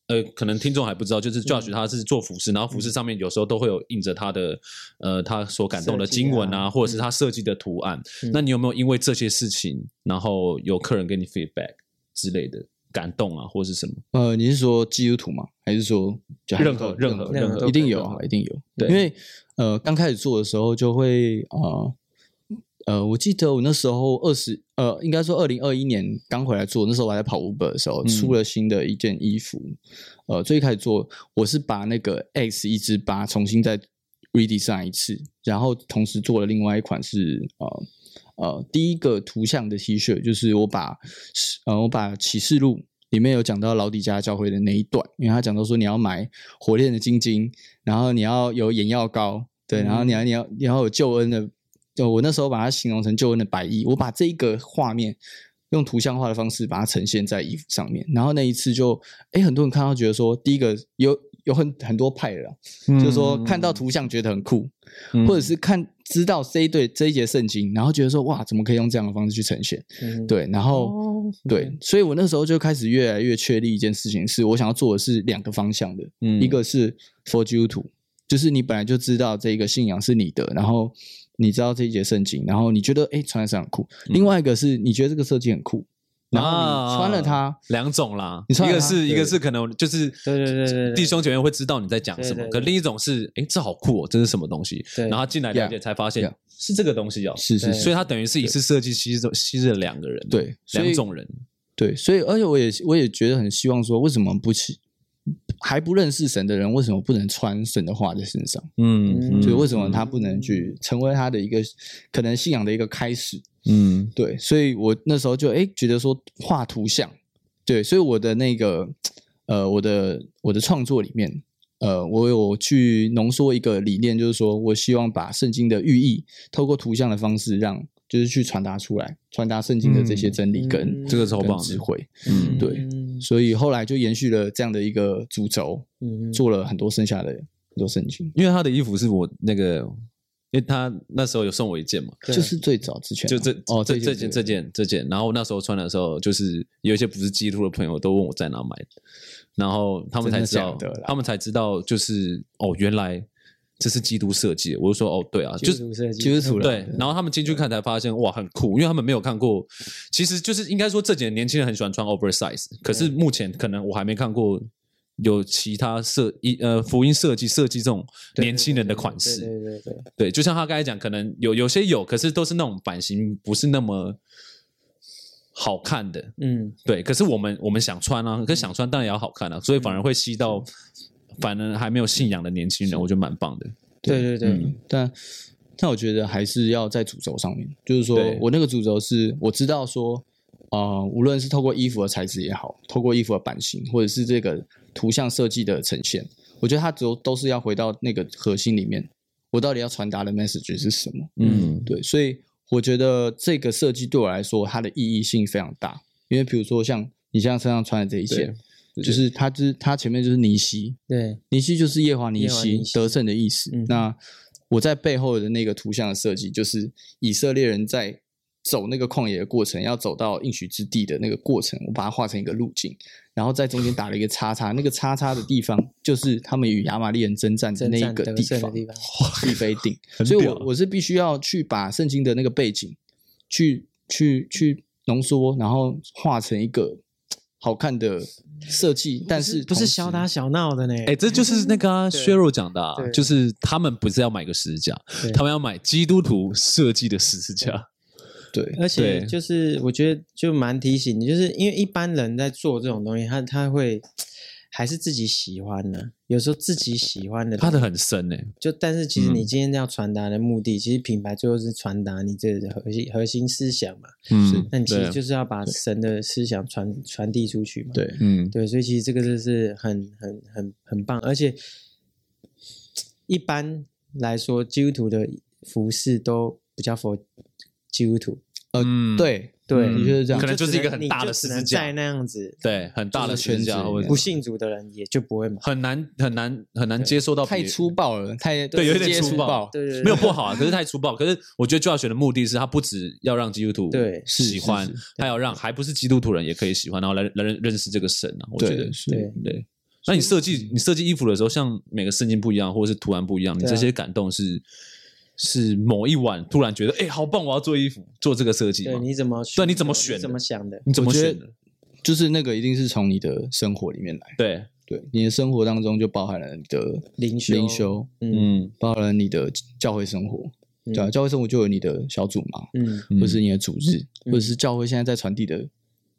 S2: 呃，可能听众还不知道，就是
S1: 嗯
S2: Josh 他是做服饰，然后服饰上面有时候都会有印着他的，呃，他所感动的
S1: 设计啊
S2: 经文啊，或者是他设计的图案。
S1: 嗯
S2: 那你有没有因为这些事情，然后有客人给你 feedback 之类的感动啊，或是什么？
S3: 呃，你是说基督徒吗？还是说就
S2: 任何任何
S1: 任何都
S3: 一定
S1: 可以
S3: 有
S1: 任
S3: 啊，
S1: 何
S3: 一定有。
S2: 对
S3: 因为呃，刚开始做的时候就会呃呃，我记得我那时候二十呃，应该说二零二一年刚回来做，那时候我还在跑 Uber 的时候，
S2: 嗯
S3: 出了新的一件衣服。呃，最一开始做，我是把那个 X 一至八重新再 redesign 一次，然后同时做了另外一款是呃。呃，第一个图像的 T 恤就是我把，呃，我把启示录里面有讲到老底家教会的那一段，因为他讲到说你要买火炼的金晶，然后你要有眼药膏，对，然后你要你要你要有救恩的，就我那时候把它形容成救恩的白衣，我把这一个画面用图像化的方式把它呈现在衣服上面，然后那一次就，哎，很多人看到觉得说，第一个有有很很多派的啦，就是说看
S1: 嗯
S3: 到图像觉得很酷，或者是看知道这一对这一节圣经，然后觉得说哇，怎么可以用这样的方式去呈现？
S1: 嗯
S3: 对，然后、
S1: 哦
S3: 对，所以我那时候就开始越来越确立一件事情，是我想要做的是两个方向的，
S2: 嗯
S3: 一个是 for 基督徒，就是你本来就知道这个信仰是你的，然后你知道这一节圣经，然后你觉得哎穿上很酷；，另外一个是你觉得这个设计很酷，然后你穿了它，
S2: 嗯啊两种啦，
S3: 你穿
S2: 一
S3: 了
S2: 个
S3: 它
S2: 是一
S3: 对
S2: 个是可能就是
S1: 啊对对对对对
S2: 弟兄姐妹会知道你在讲什
S1: 对对
S2: 么，可
S1: 对
S2: 另一种是哎这好酷哦，这是什么东西？
S1: 对
S2: 然后他进来了解
S3: Yeah，
S2: 才发现
S3: yeah
S2: 是这个东西哦，
S3: 是是
S1: 对
S3: 是，
S2: 所以他等于是一次设计吸收吸了两个人，
S3: 对，所以
S2: 两种人，
S3: 对，所以而且我也我也觉得很希望说，为什么不去？还不认识神的人，为什么不能穿神的话在身上？
S1: 嗯
S3: 所以
S1: 就
S3: 为什么他不能去成为他的一个可能信仰的一个开始？
S2: 嗯
S3: 对，所以我那时候就哎觉得说画图像，对，所以我的那个呃我的我的创作里面，呃，我有去浓缩一个理念，就是说我希望把圣经的寓意透过图像的方式让。就是去传达出来，传达圣经的这些真理跟、
S1: 嗯
S2: 这个超
S3: 跟
S2: 棒的
S3: 智慧，
S2: 嗯
S3: 对
S1: 嗯
S3: 所以后来就延续了这样的一个主轴，
S1: 嗯
S3: 做了很多剩下的很多圣经，
S2: 因为他的衣服是我那个，因为他那时候有送我一件嘛，
S1: 对
S3: 就是最早之前啊、
S2: 就这
S3: 哦
S2: 这这件
S3: 件
S2: 这件这件，然后那时候穿的时候，就是有一些不是基督徒的朋友都问我在哪买的，然后他们才知道
S3: 真的假的啦，
S2: 他们才知道就是哦，原来这是基督设计的，我就说哦，对啊，
S1: 嗯基
S2: 就是
S1: 础设计
S3: 基督徒了，
S2: 对，然后他们进去看才发现，哇，很酷，因为他们没有看过。其实就是应该说，这几年年轻人很喜欢穿 oversize，可是目前可能我还没看过有其他设一呃福音设计设计这种
S1: 对对
S2: 年轻人的
S1: 对
S2: 款
S1: 嗯对
S2: 式。
S1: 对对对对
S2: 对，就像他刚才讲，可能有有些有，可是都是那种版型不是那么好看的。
S1: 嗯
S2: 对，可是我们我们想穿啊，可是想穿当然也要好看啊，所以反而会吸
S1: 嗯
S2: 到反而还没有信仰的年轻人，我觉得蛮棒的。
S1: 对对对
S3: 嗯，但但我觉得还是要在主轴上面，就是说
S2: 对
S3: 我那个主轴是我知道说，呃，无论是透过衣服的材质也好，透过衣服的版型，或者是这个图像设计的呈现，我觉得它都都是要回到那个核心里面，我到底要传达的 message 是什么？
S2: 嗯，
S3: 对，所以我觉得这个设计对我来说，它的意义性非常大。因为比如说像你像身上穿的这一件，就是它就是它前面就是尼西，
S1: 对
S3: 尼西就是夜华尼
S1: 耶和华
S3: 西
S1: 尼西
S3: 得胜的意思。
S1: 嗯
S3: 那我在背后的那个图像的设计，就是以色列人在走那个旷野的过程，要走到应许之地的那个过程，我把它画成一个路径，然后在中间打了一个叉叉，那个叉叉的地方就是他们与亚玛力人征战的
S1: 征
S3: 那一
S1: 战
S3: 个
S1: 得
S3: 地
S1: 胜的
S3: 方。
S1: 地方，
S3: 一非定，
S2: [LAUGHS] 很
S3: 所以
S2: 屌啊
S3: 我我是必须要去把圣经的那个背景去去去浓缩，然后化成一个好看的设计，但是
S1: 不
S3: 同
S1: 是
S3: 时
S1: 小打小闹的呢？
S2: 哎、这就是那个、啊、
S1: 对
S2: 削弱讲的、啊
S1: 对，
S2: 就是他们不是要买个十字架
S1: 对，
S2: 他们要买基督徒设计的十字架。
S3: 对
S1: 而且
S2: 对
S1: 就是我觉得就蛮提醒你，就是因为一般人在做这种东西，他他会还是自己喜欢呢、有时候自己喜欢的东
S2: 他
S1: 西，
S2: 的很深哎诶、
S1: 就但是其实你
S2: 嗯
S1: 今天要传达的目的，其实品牌最后是传达你这个核心核心思想嘛。
S2: 嗯
S1: 那你其实
S2: 对
S1: 就是要把神的思想传传递出去嘛。
S3: 对
S2: 嗯，
S1: 对，所以其实这个就是很很很很棒，而且一般来说，基督徒的服饰都比较佛基督徒，
S2: 嗯，
S3: 对
S1: 对
S3: 的确是这样
S2: 可。能
S1: 就
S2: 就
S1: 只
S2: 是一个
S1: 能
S2: 很
S1: 你
S2: 大
S1: 就
S2: 的
S1: 只
S2: 十字
S1: 能
S2: 架
S1: 在那样子，
S2: 对，很大的
S3: 就是
S2: 十
S3: 圈
S2: 字架，
S3: 子
S2: 或者
S1: 不信主的人也就不会买。
S2: 很难很难很难接受到别
S3: 太粗暴了，太
S2: 对有
S3: 直
S2: 点
S3: 接
S2: 粗
S3: 粗
S2: 暴
S3: 暴，
S1: 对对对，
S2: 没有不好啊，可是太粗暴。可是我觉得 Josh 的目的是他不止要让基督徒
S1: 对
S3: 是
S2: 喜欢
S3: 是是，
S2: 他要让还不是基督徒人也可以喜欢，然后来来认认识这个神啊。我觉得
S3: 对是
S1: 对
S2: 对。那你设计你设计衣服的时候，像每个圣经不一样，或者是图案不一样，你
S1: 对啊
S2: 这些感动是是某一晚突然觉得，哎，好棒！我要做衣服，做这个设计
S1: 对，
S2: 吗？
S1: 你怎么
S3: 啊
S2: 对你怎么选的
S1: 怎么想的？
S2: 你怎么
S3: 我觉得
S2: 选的？
S3: 就是那个一定是从你的生活里面来，
S2: 对，
S3: 对，你的生活当中就包含了你的
S1: 灵修
S3: 灵修，
S1: 嗯
S2: 嗯，
S3: 包含了你的教会生活，
S1: 嗯
S3: 对啊，教会生活就有你的小组嘛，
S1: 嗯
S2: 嗯
S3: 或是你的主日，
S1: 嗯
S3: 或者是教会现在在传递的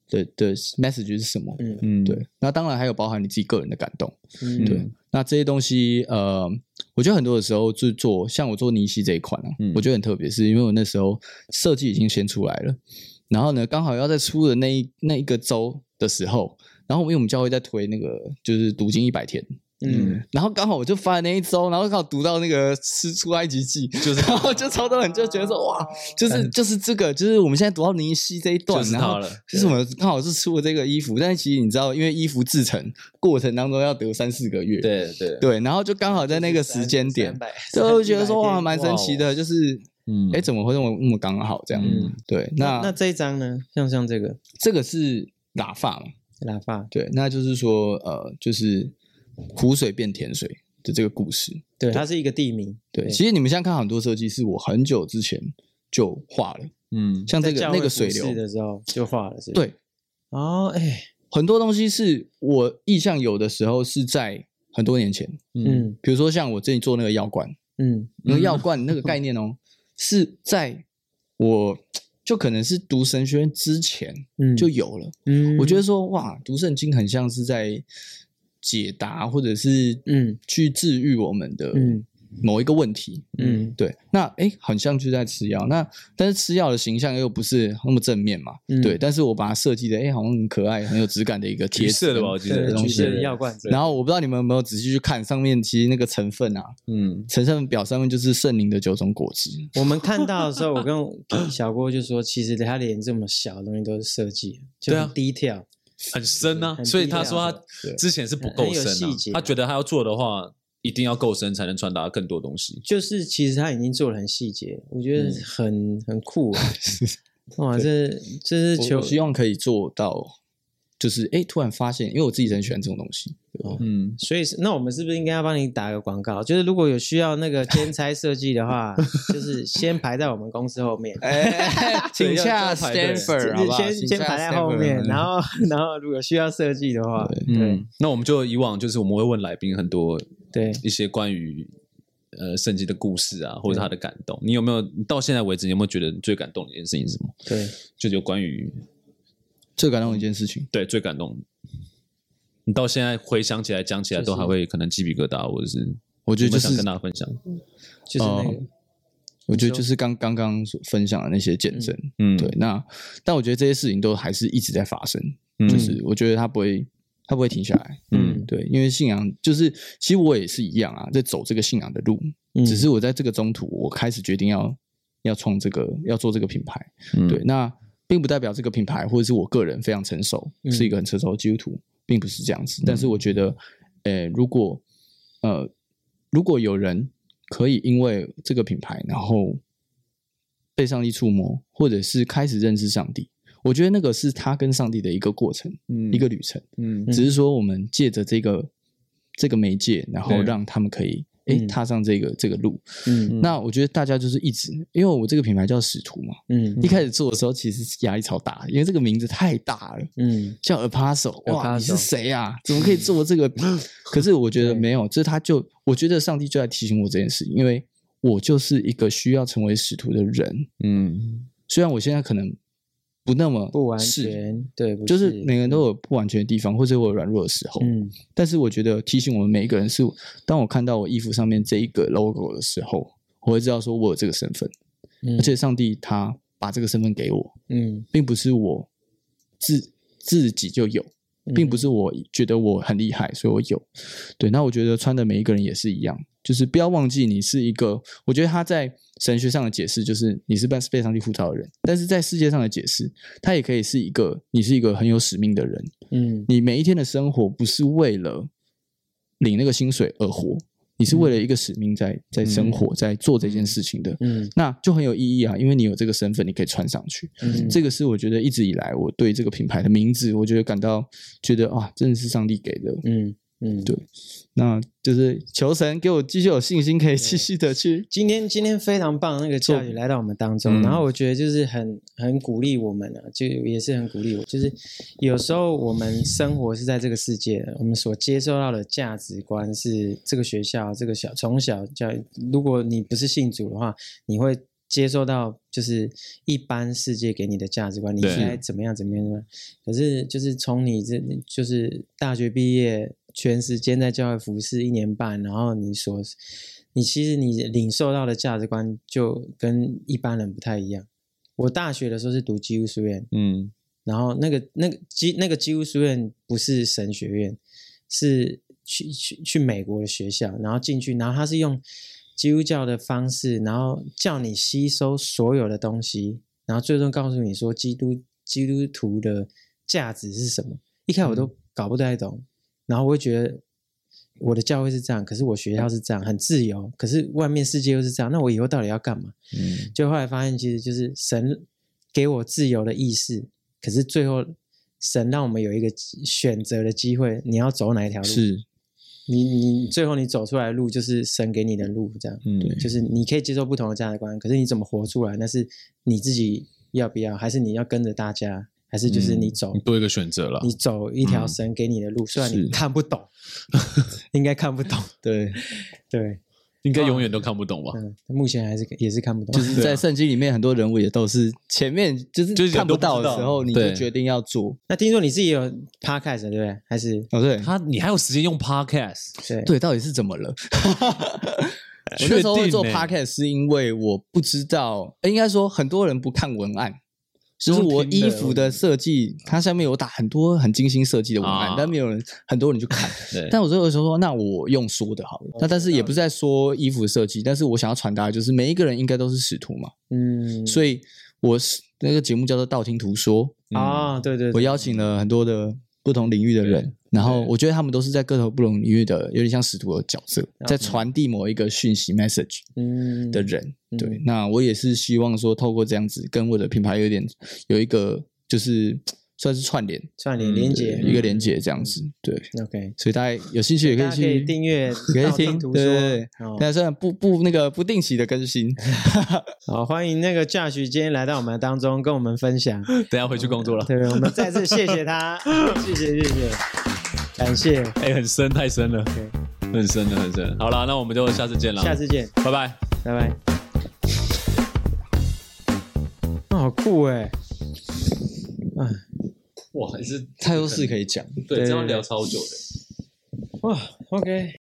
S3: 的的 message 是什么？
S1: 嗯
S2: 嗯，
S3: 对，那当然还有包含你自己个人的感动，
S1: 嗯，
S3: 对。那这些东西，呃，我觉得很多的时候就做，像我做尼西这一款啊，
S2: 嗯
S3: 我觉得很特别，是因为我那时候设计已经先出来了，然后呢，刚好要在出的那一那一个周的时候，然后因为我们教会在推那个就是读经一百天，
S1: 嗯，
S3: 然后刚好我就翻了那一周，然后刚好读到那个吃出埃及记，就是然后就超多人就觉得说哇，就是就是这个，就是我们现在读到尼西这一段，
S2: 就是
S3: 然后
S2: 他了。
S3: 就是我们刚好是出了这个衣服，但是其实你知道，因为衣服制成过程当中要得三四个月，
S2: 对对，
S3: 对，然后就刚好在那个时间点，
S1: 就
S3: 就觉得说哇，蛮神奇
S1: 哦
S3: 的，就是
S2: 嗯
S3: 哎，怎么会那么那么刚好这样？
S2: 嗯
S3: 对，
S1: 那
S3: 那
S1: 那这一张呢？像像这个
S3: 这个是喇发嘛？
S1: 喇叭，
S3: 对，那就是说呃，就是湖水变甜水的这个故事。
S1: 对，它是一个地名，
S3: 对，其实你们现在看很多设计是我很久之前就画了，
S2: 嗯
S3: 像这
S1: 在
S3: 个
S1: 教
S3: 那
S1: 会
S3: 个水
S1: 服饰
S3: 流，
S1: 的时候就画了，是不是？
S3: 对，
S1: 哦，哎，
S3: 很多东西是我意向有的时候是在很多年前，
S2: 嗯
S1: 嗯
S3: 比如说像我之前做那个药罐，
S1: 嗯
S3: 那个药罐那个概念哦，是在我就可能是读神学院之前
S1: 嗯，
S3: 就有了。
S1: 嗯，
S3: 我觉得说哇，读圣经很像是在解答或者是
S1: 嗯
S3: 去治愈我们的
S1: 嗯
S3: 某一个问题。
S1: 嗯
S3: 对，那诶，很像就在吃药。那但是吃药的形象又不是那么正面嘛，
S1: 嗯
S3: 对。但是我把它设计的诶，好像很可爱、很有质感的一个贴
S2: 橘色
S3: 纸嗯
S2: 的吧，我记
S1: 对
S2: 得
S3: 的
S1: 橘
S3: 东
S1: 色
S3: 西。
S1: 的药罐子，
S3: 然后我不知道你们有没有仔细去看上面，其实那个成分啊，
S2: 嗯
S3: 成分表上面就是圣灵的九种果汁。 [LAUGHS]
S1: [LAUGHS] 我们看到的时候，我跟小郭就说，其实他连这么小的东西都是设计的，就
S2: 对啊
S1: 很低调，
S2: 很深啊
S1: 很，
S2: 所以
S1: 低
S2: 他
S1: 调
S2: 说
S1: 的
S2: 他
S3: 对
S2: 之前是不够
S1: 很有
S2: 深啊
S1: 细节，
S2: 他觉得他要做的话，一定要够深才能传达更多东西。
S1: 就是其实他已经做的很细节，我觉得
S2: 嗯
S1: 很很酷啊， [LAUGHS] 哇，这这是
S3: 我
S1: 求
S3: 我希望可以做到，就是哎，诶突然发现，因为我自己很喜欢这种东西，
S2: 嗯，
S1: 所以是，那我们是不是应该要帮你打个广告？就是如果有需要那个兼差设计的 [LAUGHS] 话，就是先排在我们公司后 [LAUGHS] 面，
S3: [LAUGHS] 哎，请下
S2: 要排队
S3: Stanford 好不好？
S1: 先
S3: 请
S1: 先
S3: 下
S1: 排在后
S3: Stanford
S1: 面，然后然后如果需要设计的话，对
S2: 嗯，那我们就以往就是我们会问来宾很多
S1: 对，
S2: 一些关于呃圣经的故事啊，或者他的感动。你有没有你到现在为止，你有没有觉得你最感动的一件事情是什么？
S1: 对，
S2: 就有关于
S3: 最感动的一件事情，
S2: 对最感动，你到现在回想起来讲起来都还会可能鸡皮疙瘩，或者是
S3: 我觉得
S2: 有没有
S3: 就
S2: 想
S3: 是
S2: 跟大家分享。
S1: 就是那个
S3: 哦，我觉得就是刚刚刚所分享的那些见证，
S2: 嗯，
S3: 对。那但我觉得这些事情都还是一直在发生，
S2: 嗯，
S3: 就是我觉得它不会，它不会停下来。
S1: 嗯
S3: 对，因为信仰就是，其实我也是一样啊，在走这个信仰的路，
S1: 嗯
S3: 只是我在这个中途，我开始决定要要创这个，要做这个品牌。
S2: 嗯
S3: 对，，那并不代表这个品牌或者是我个人非常成熟，
S1: 嗯
S3: 是一个很成熟的基督徒，并不是这样子。但是我觉得，呃，如果呃，如果有人可以因为这个品牌，然后被上帝触摸，或者是开始认识上帝，我觉得那个是他跟上帝的一个过程，
S2: 嗯
S3: 一个旅程。
S2: 嗯
S1: 嗯
S3: 只是说我们借着这个这个媒介，然后
S2: 对
S3: 让他们可以诶，
S1: 嗯
S3: 踏上这个这个路。
S1: 嗯
S3: 那我觉得大家就是一直，因为我这个品牌叫使徒嘛，
S1: 嗯
S3: 一开始做的时候其实压力超大，因为这个名字太大了。
S1: 嗯
S3: 叫 Apostle，
S1: Apostle
S3: 哇，你是谁啊？怎么可以
S1: [LAUGHS]
S3: 做这个？可是我觉得没有，这他就我觉得上帝就在提醒我这件事，因为我就是一个需要成为使徒的人。
S2: 嗯，
S3: 虽然我现在可能不那么
S1: 不完
S3: 是，
S1: 全对，不
S3: 就是每个人都有不完全的地方，或者我有软弱的时候。
S1: 嗯
S3: 但是我觉得提醒我们每一个人是，当我看到我衣服上面这一个 logo 的时候，我会知道说我有这个身份，
S1: 嗯，
S3: 而且上帝他把这个身份给我，
S1: 嗯，
S3: 并不是我自自己就有。
S1: 嗯
S3: 并不是我觉得我很厉害，所以我有。对，那我觉得穿的每一个人也是一样，就是不要忘记你是一个。我觉得他在神学上的解释就是你是被被上帝呼召的人，但是在世界上的解释，他也可以是一个你是一个很有使命的人。
S1: 嗯
S3: 你每一天的生活不是为了领那个薪水而活，你是为了一个使命在在生活，在做这件事情的。
S1: 嗯
S3: 那就很有意义啊，因为你有这个身份，你可以穿上去。
S1: 嗯
S3: 这个是我觉得一直以来我对这个品牌的名字，我觉得感到觉得啊，真的是上帝给的。
S1: 嗯嗯
S3: 对那就是求神给我继续有信心，可以继续的去。
S1: 今天今天非常棒，那个教宇来到我们当中，
S3: 嗯
S1: 然后我觉得就是很很鼓励我们啊，就也是很鼓励我，就是有时候我们生活是在这个世界的，我们所接受到的价值观是这个学校这个小从小教育，如果你不是信主的话，你会接受到就是一般世界给你的价值观，你
S4: 对
S1: 应该怎么样怎么样怎么样。可是就是从你这就是大学毕业，全时间在教会服侍一年半，然后你所你其实你领受到的价值观就跟一般人不太一样。我大学的时候是读基督书院，
S2: 嗯，
S1: 然后那个那个基那个基督书院不是神学院，是去去去美国的学校，然后进去，然后他是用基督教的方式，然后叫你吸收所有的东西，然后最终告诉你说基督基督徒的价值是什么。一开始我都搞不太懂，然后我会觉得我的教会是这样，可是我学校是这样，很自由，可是外面世界又是这样，那我以后到底要干嘛？就后来发现，其实就是神给我自由的意识，可是最后神让我们有一个选择的机会，你要走哪一条路？
S3: 是，
S1: 你你最后你走出来的路就是神给你的路，这样，
S2: 嗯对
S1: 就是你可以接受不同的价值观，可是你怎么活出来，那是你自己要不要，还是你要跟着大家，还是就是
S3: 嗯
S1: 你走、
S4: 你多一个选择了。
S1: 你走一条神给你的路，虽然你
S3: 是
S1: 看不
S3: [LAUGHS]
S1: 懂，应该看不懂，
S3: 对，
S1: 对，
S4: 应
S3: 啊
S4: 该永远都看不懂吧？
S1: 嗯，目前还是也是看不懂，
S3: [LAUGHS] 就是在圣经里面很多人物也都是前面就是
S4: 就是
S3: 看
S4: 人都不
S3: 不
S4: 知
S3: 到
S4: 道
S3: 的时候，你就
S4: 对
S3: 决定要做。
S1: 那听说你自己也有 podcast 对不对？还是
S3: 哦，对，
S4: 他你还有时间用 podcast？
S2: [LAUGHS]
S1: 对
S3: 对，到底是怎么了？我那时候会做 podcast 是因为我不知道，呃应该说很多人不看文案，就是我衣服的设计，它上面有打很多很精心设计的文案，
S4: 啊
S3: 但没有人很多人去看。
S4: 对
S3: 但我最后时候说，那我用说的好了。那但是也不是在说衣服设计，但是我想要传达的就是每一个人应该都是使徒嘛，
S1: 嗯，
S3: 所以我是那个节目叫做道听途说，
S1: 啊、对对
S3: 嗯我
S1: 对，
S3: 邀请了很多的不同领域的人，然后我觉得他们都是在各种不同领域的，有点像使徒的角色，在传递某一个讯息 message
S1: 嗯
S3: 的人。
S1: 嗯
S3: 对，那我也是希望说，透过这样子跟我的品牌有点有一个就是算是串联
S1: 串联嗯连接
S3: 对嗯一个连接这样子。对，
S1: ，OK，
S3: 所以大家有兴趣也可
S1: 大
S3: 以
S1: 家
S3: 去
S1: 可以订阅，
S3: 可以
S1: 道听
S3: 听
S1: 途
S3: 对
S1: 说
S3: 对对
S1: 哦
S3: 但虽然不不那个不定期的更
S1: [LAUGHS]
S3: 新，
S1: 好，欢迎那个 Josh 今天来到我们当中跟我们分享，
S4: 等一下回去工作了。
S1: [LAUGHS] 对，我们再次谢谢他，谢谢谢谢，感谢，
S4: 哎、很深，太深了
S1: OK
S4: 很深了，很深。好啦，那我们就下次见了，
S1: 下次见，
S4: 拜拜。
S1: 拜拜。哦、好酷哎！啊，
S4: 哇，还是
S3: 太多事可以讲。
S4: 对，
S1: 对
S4: 这样聊超久的。
S1: 哇，OK。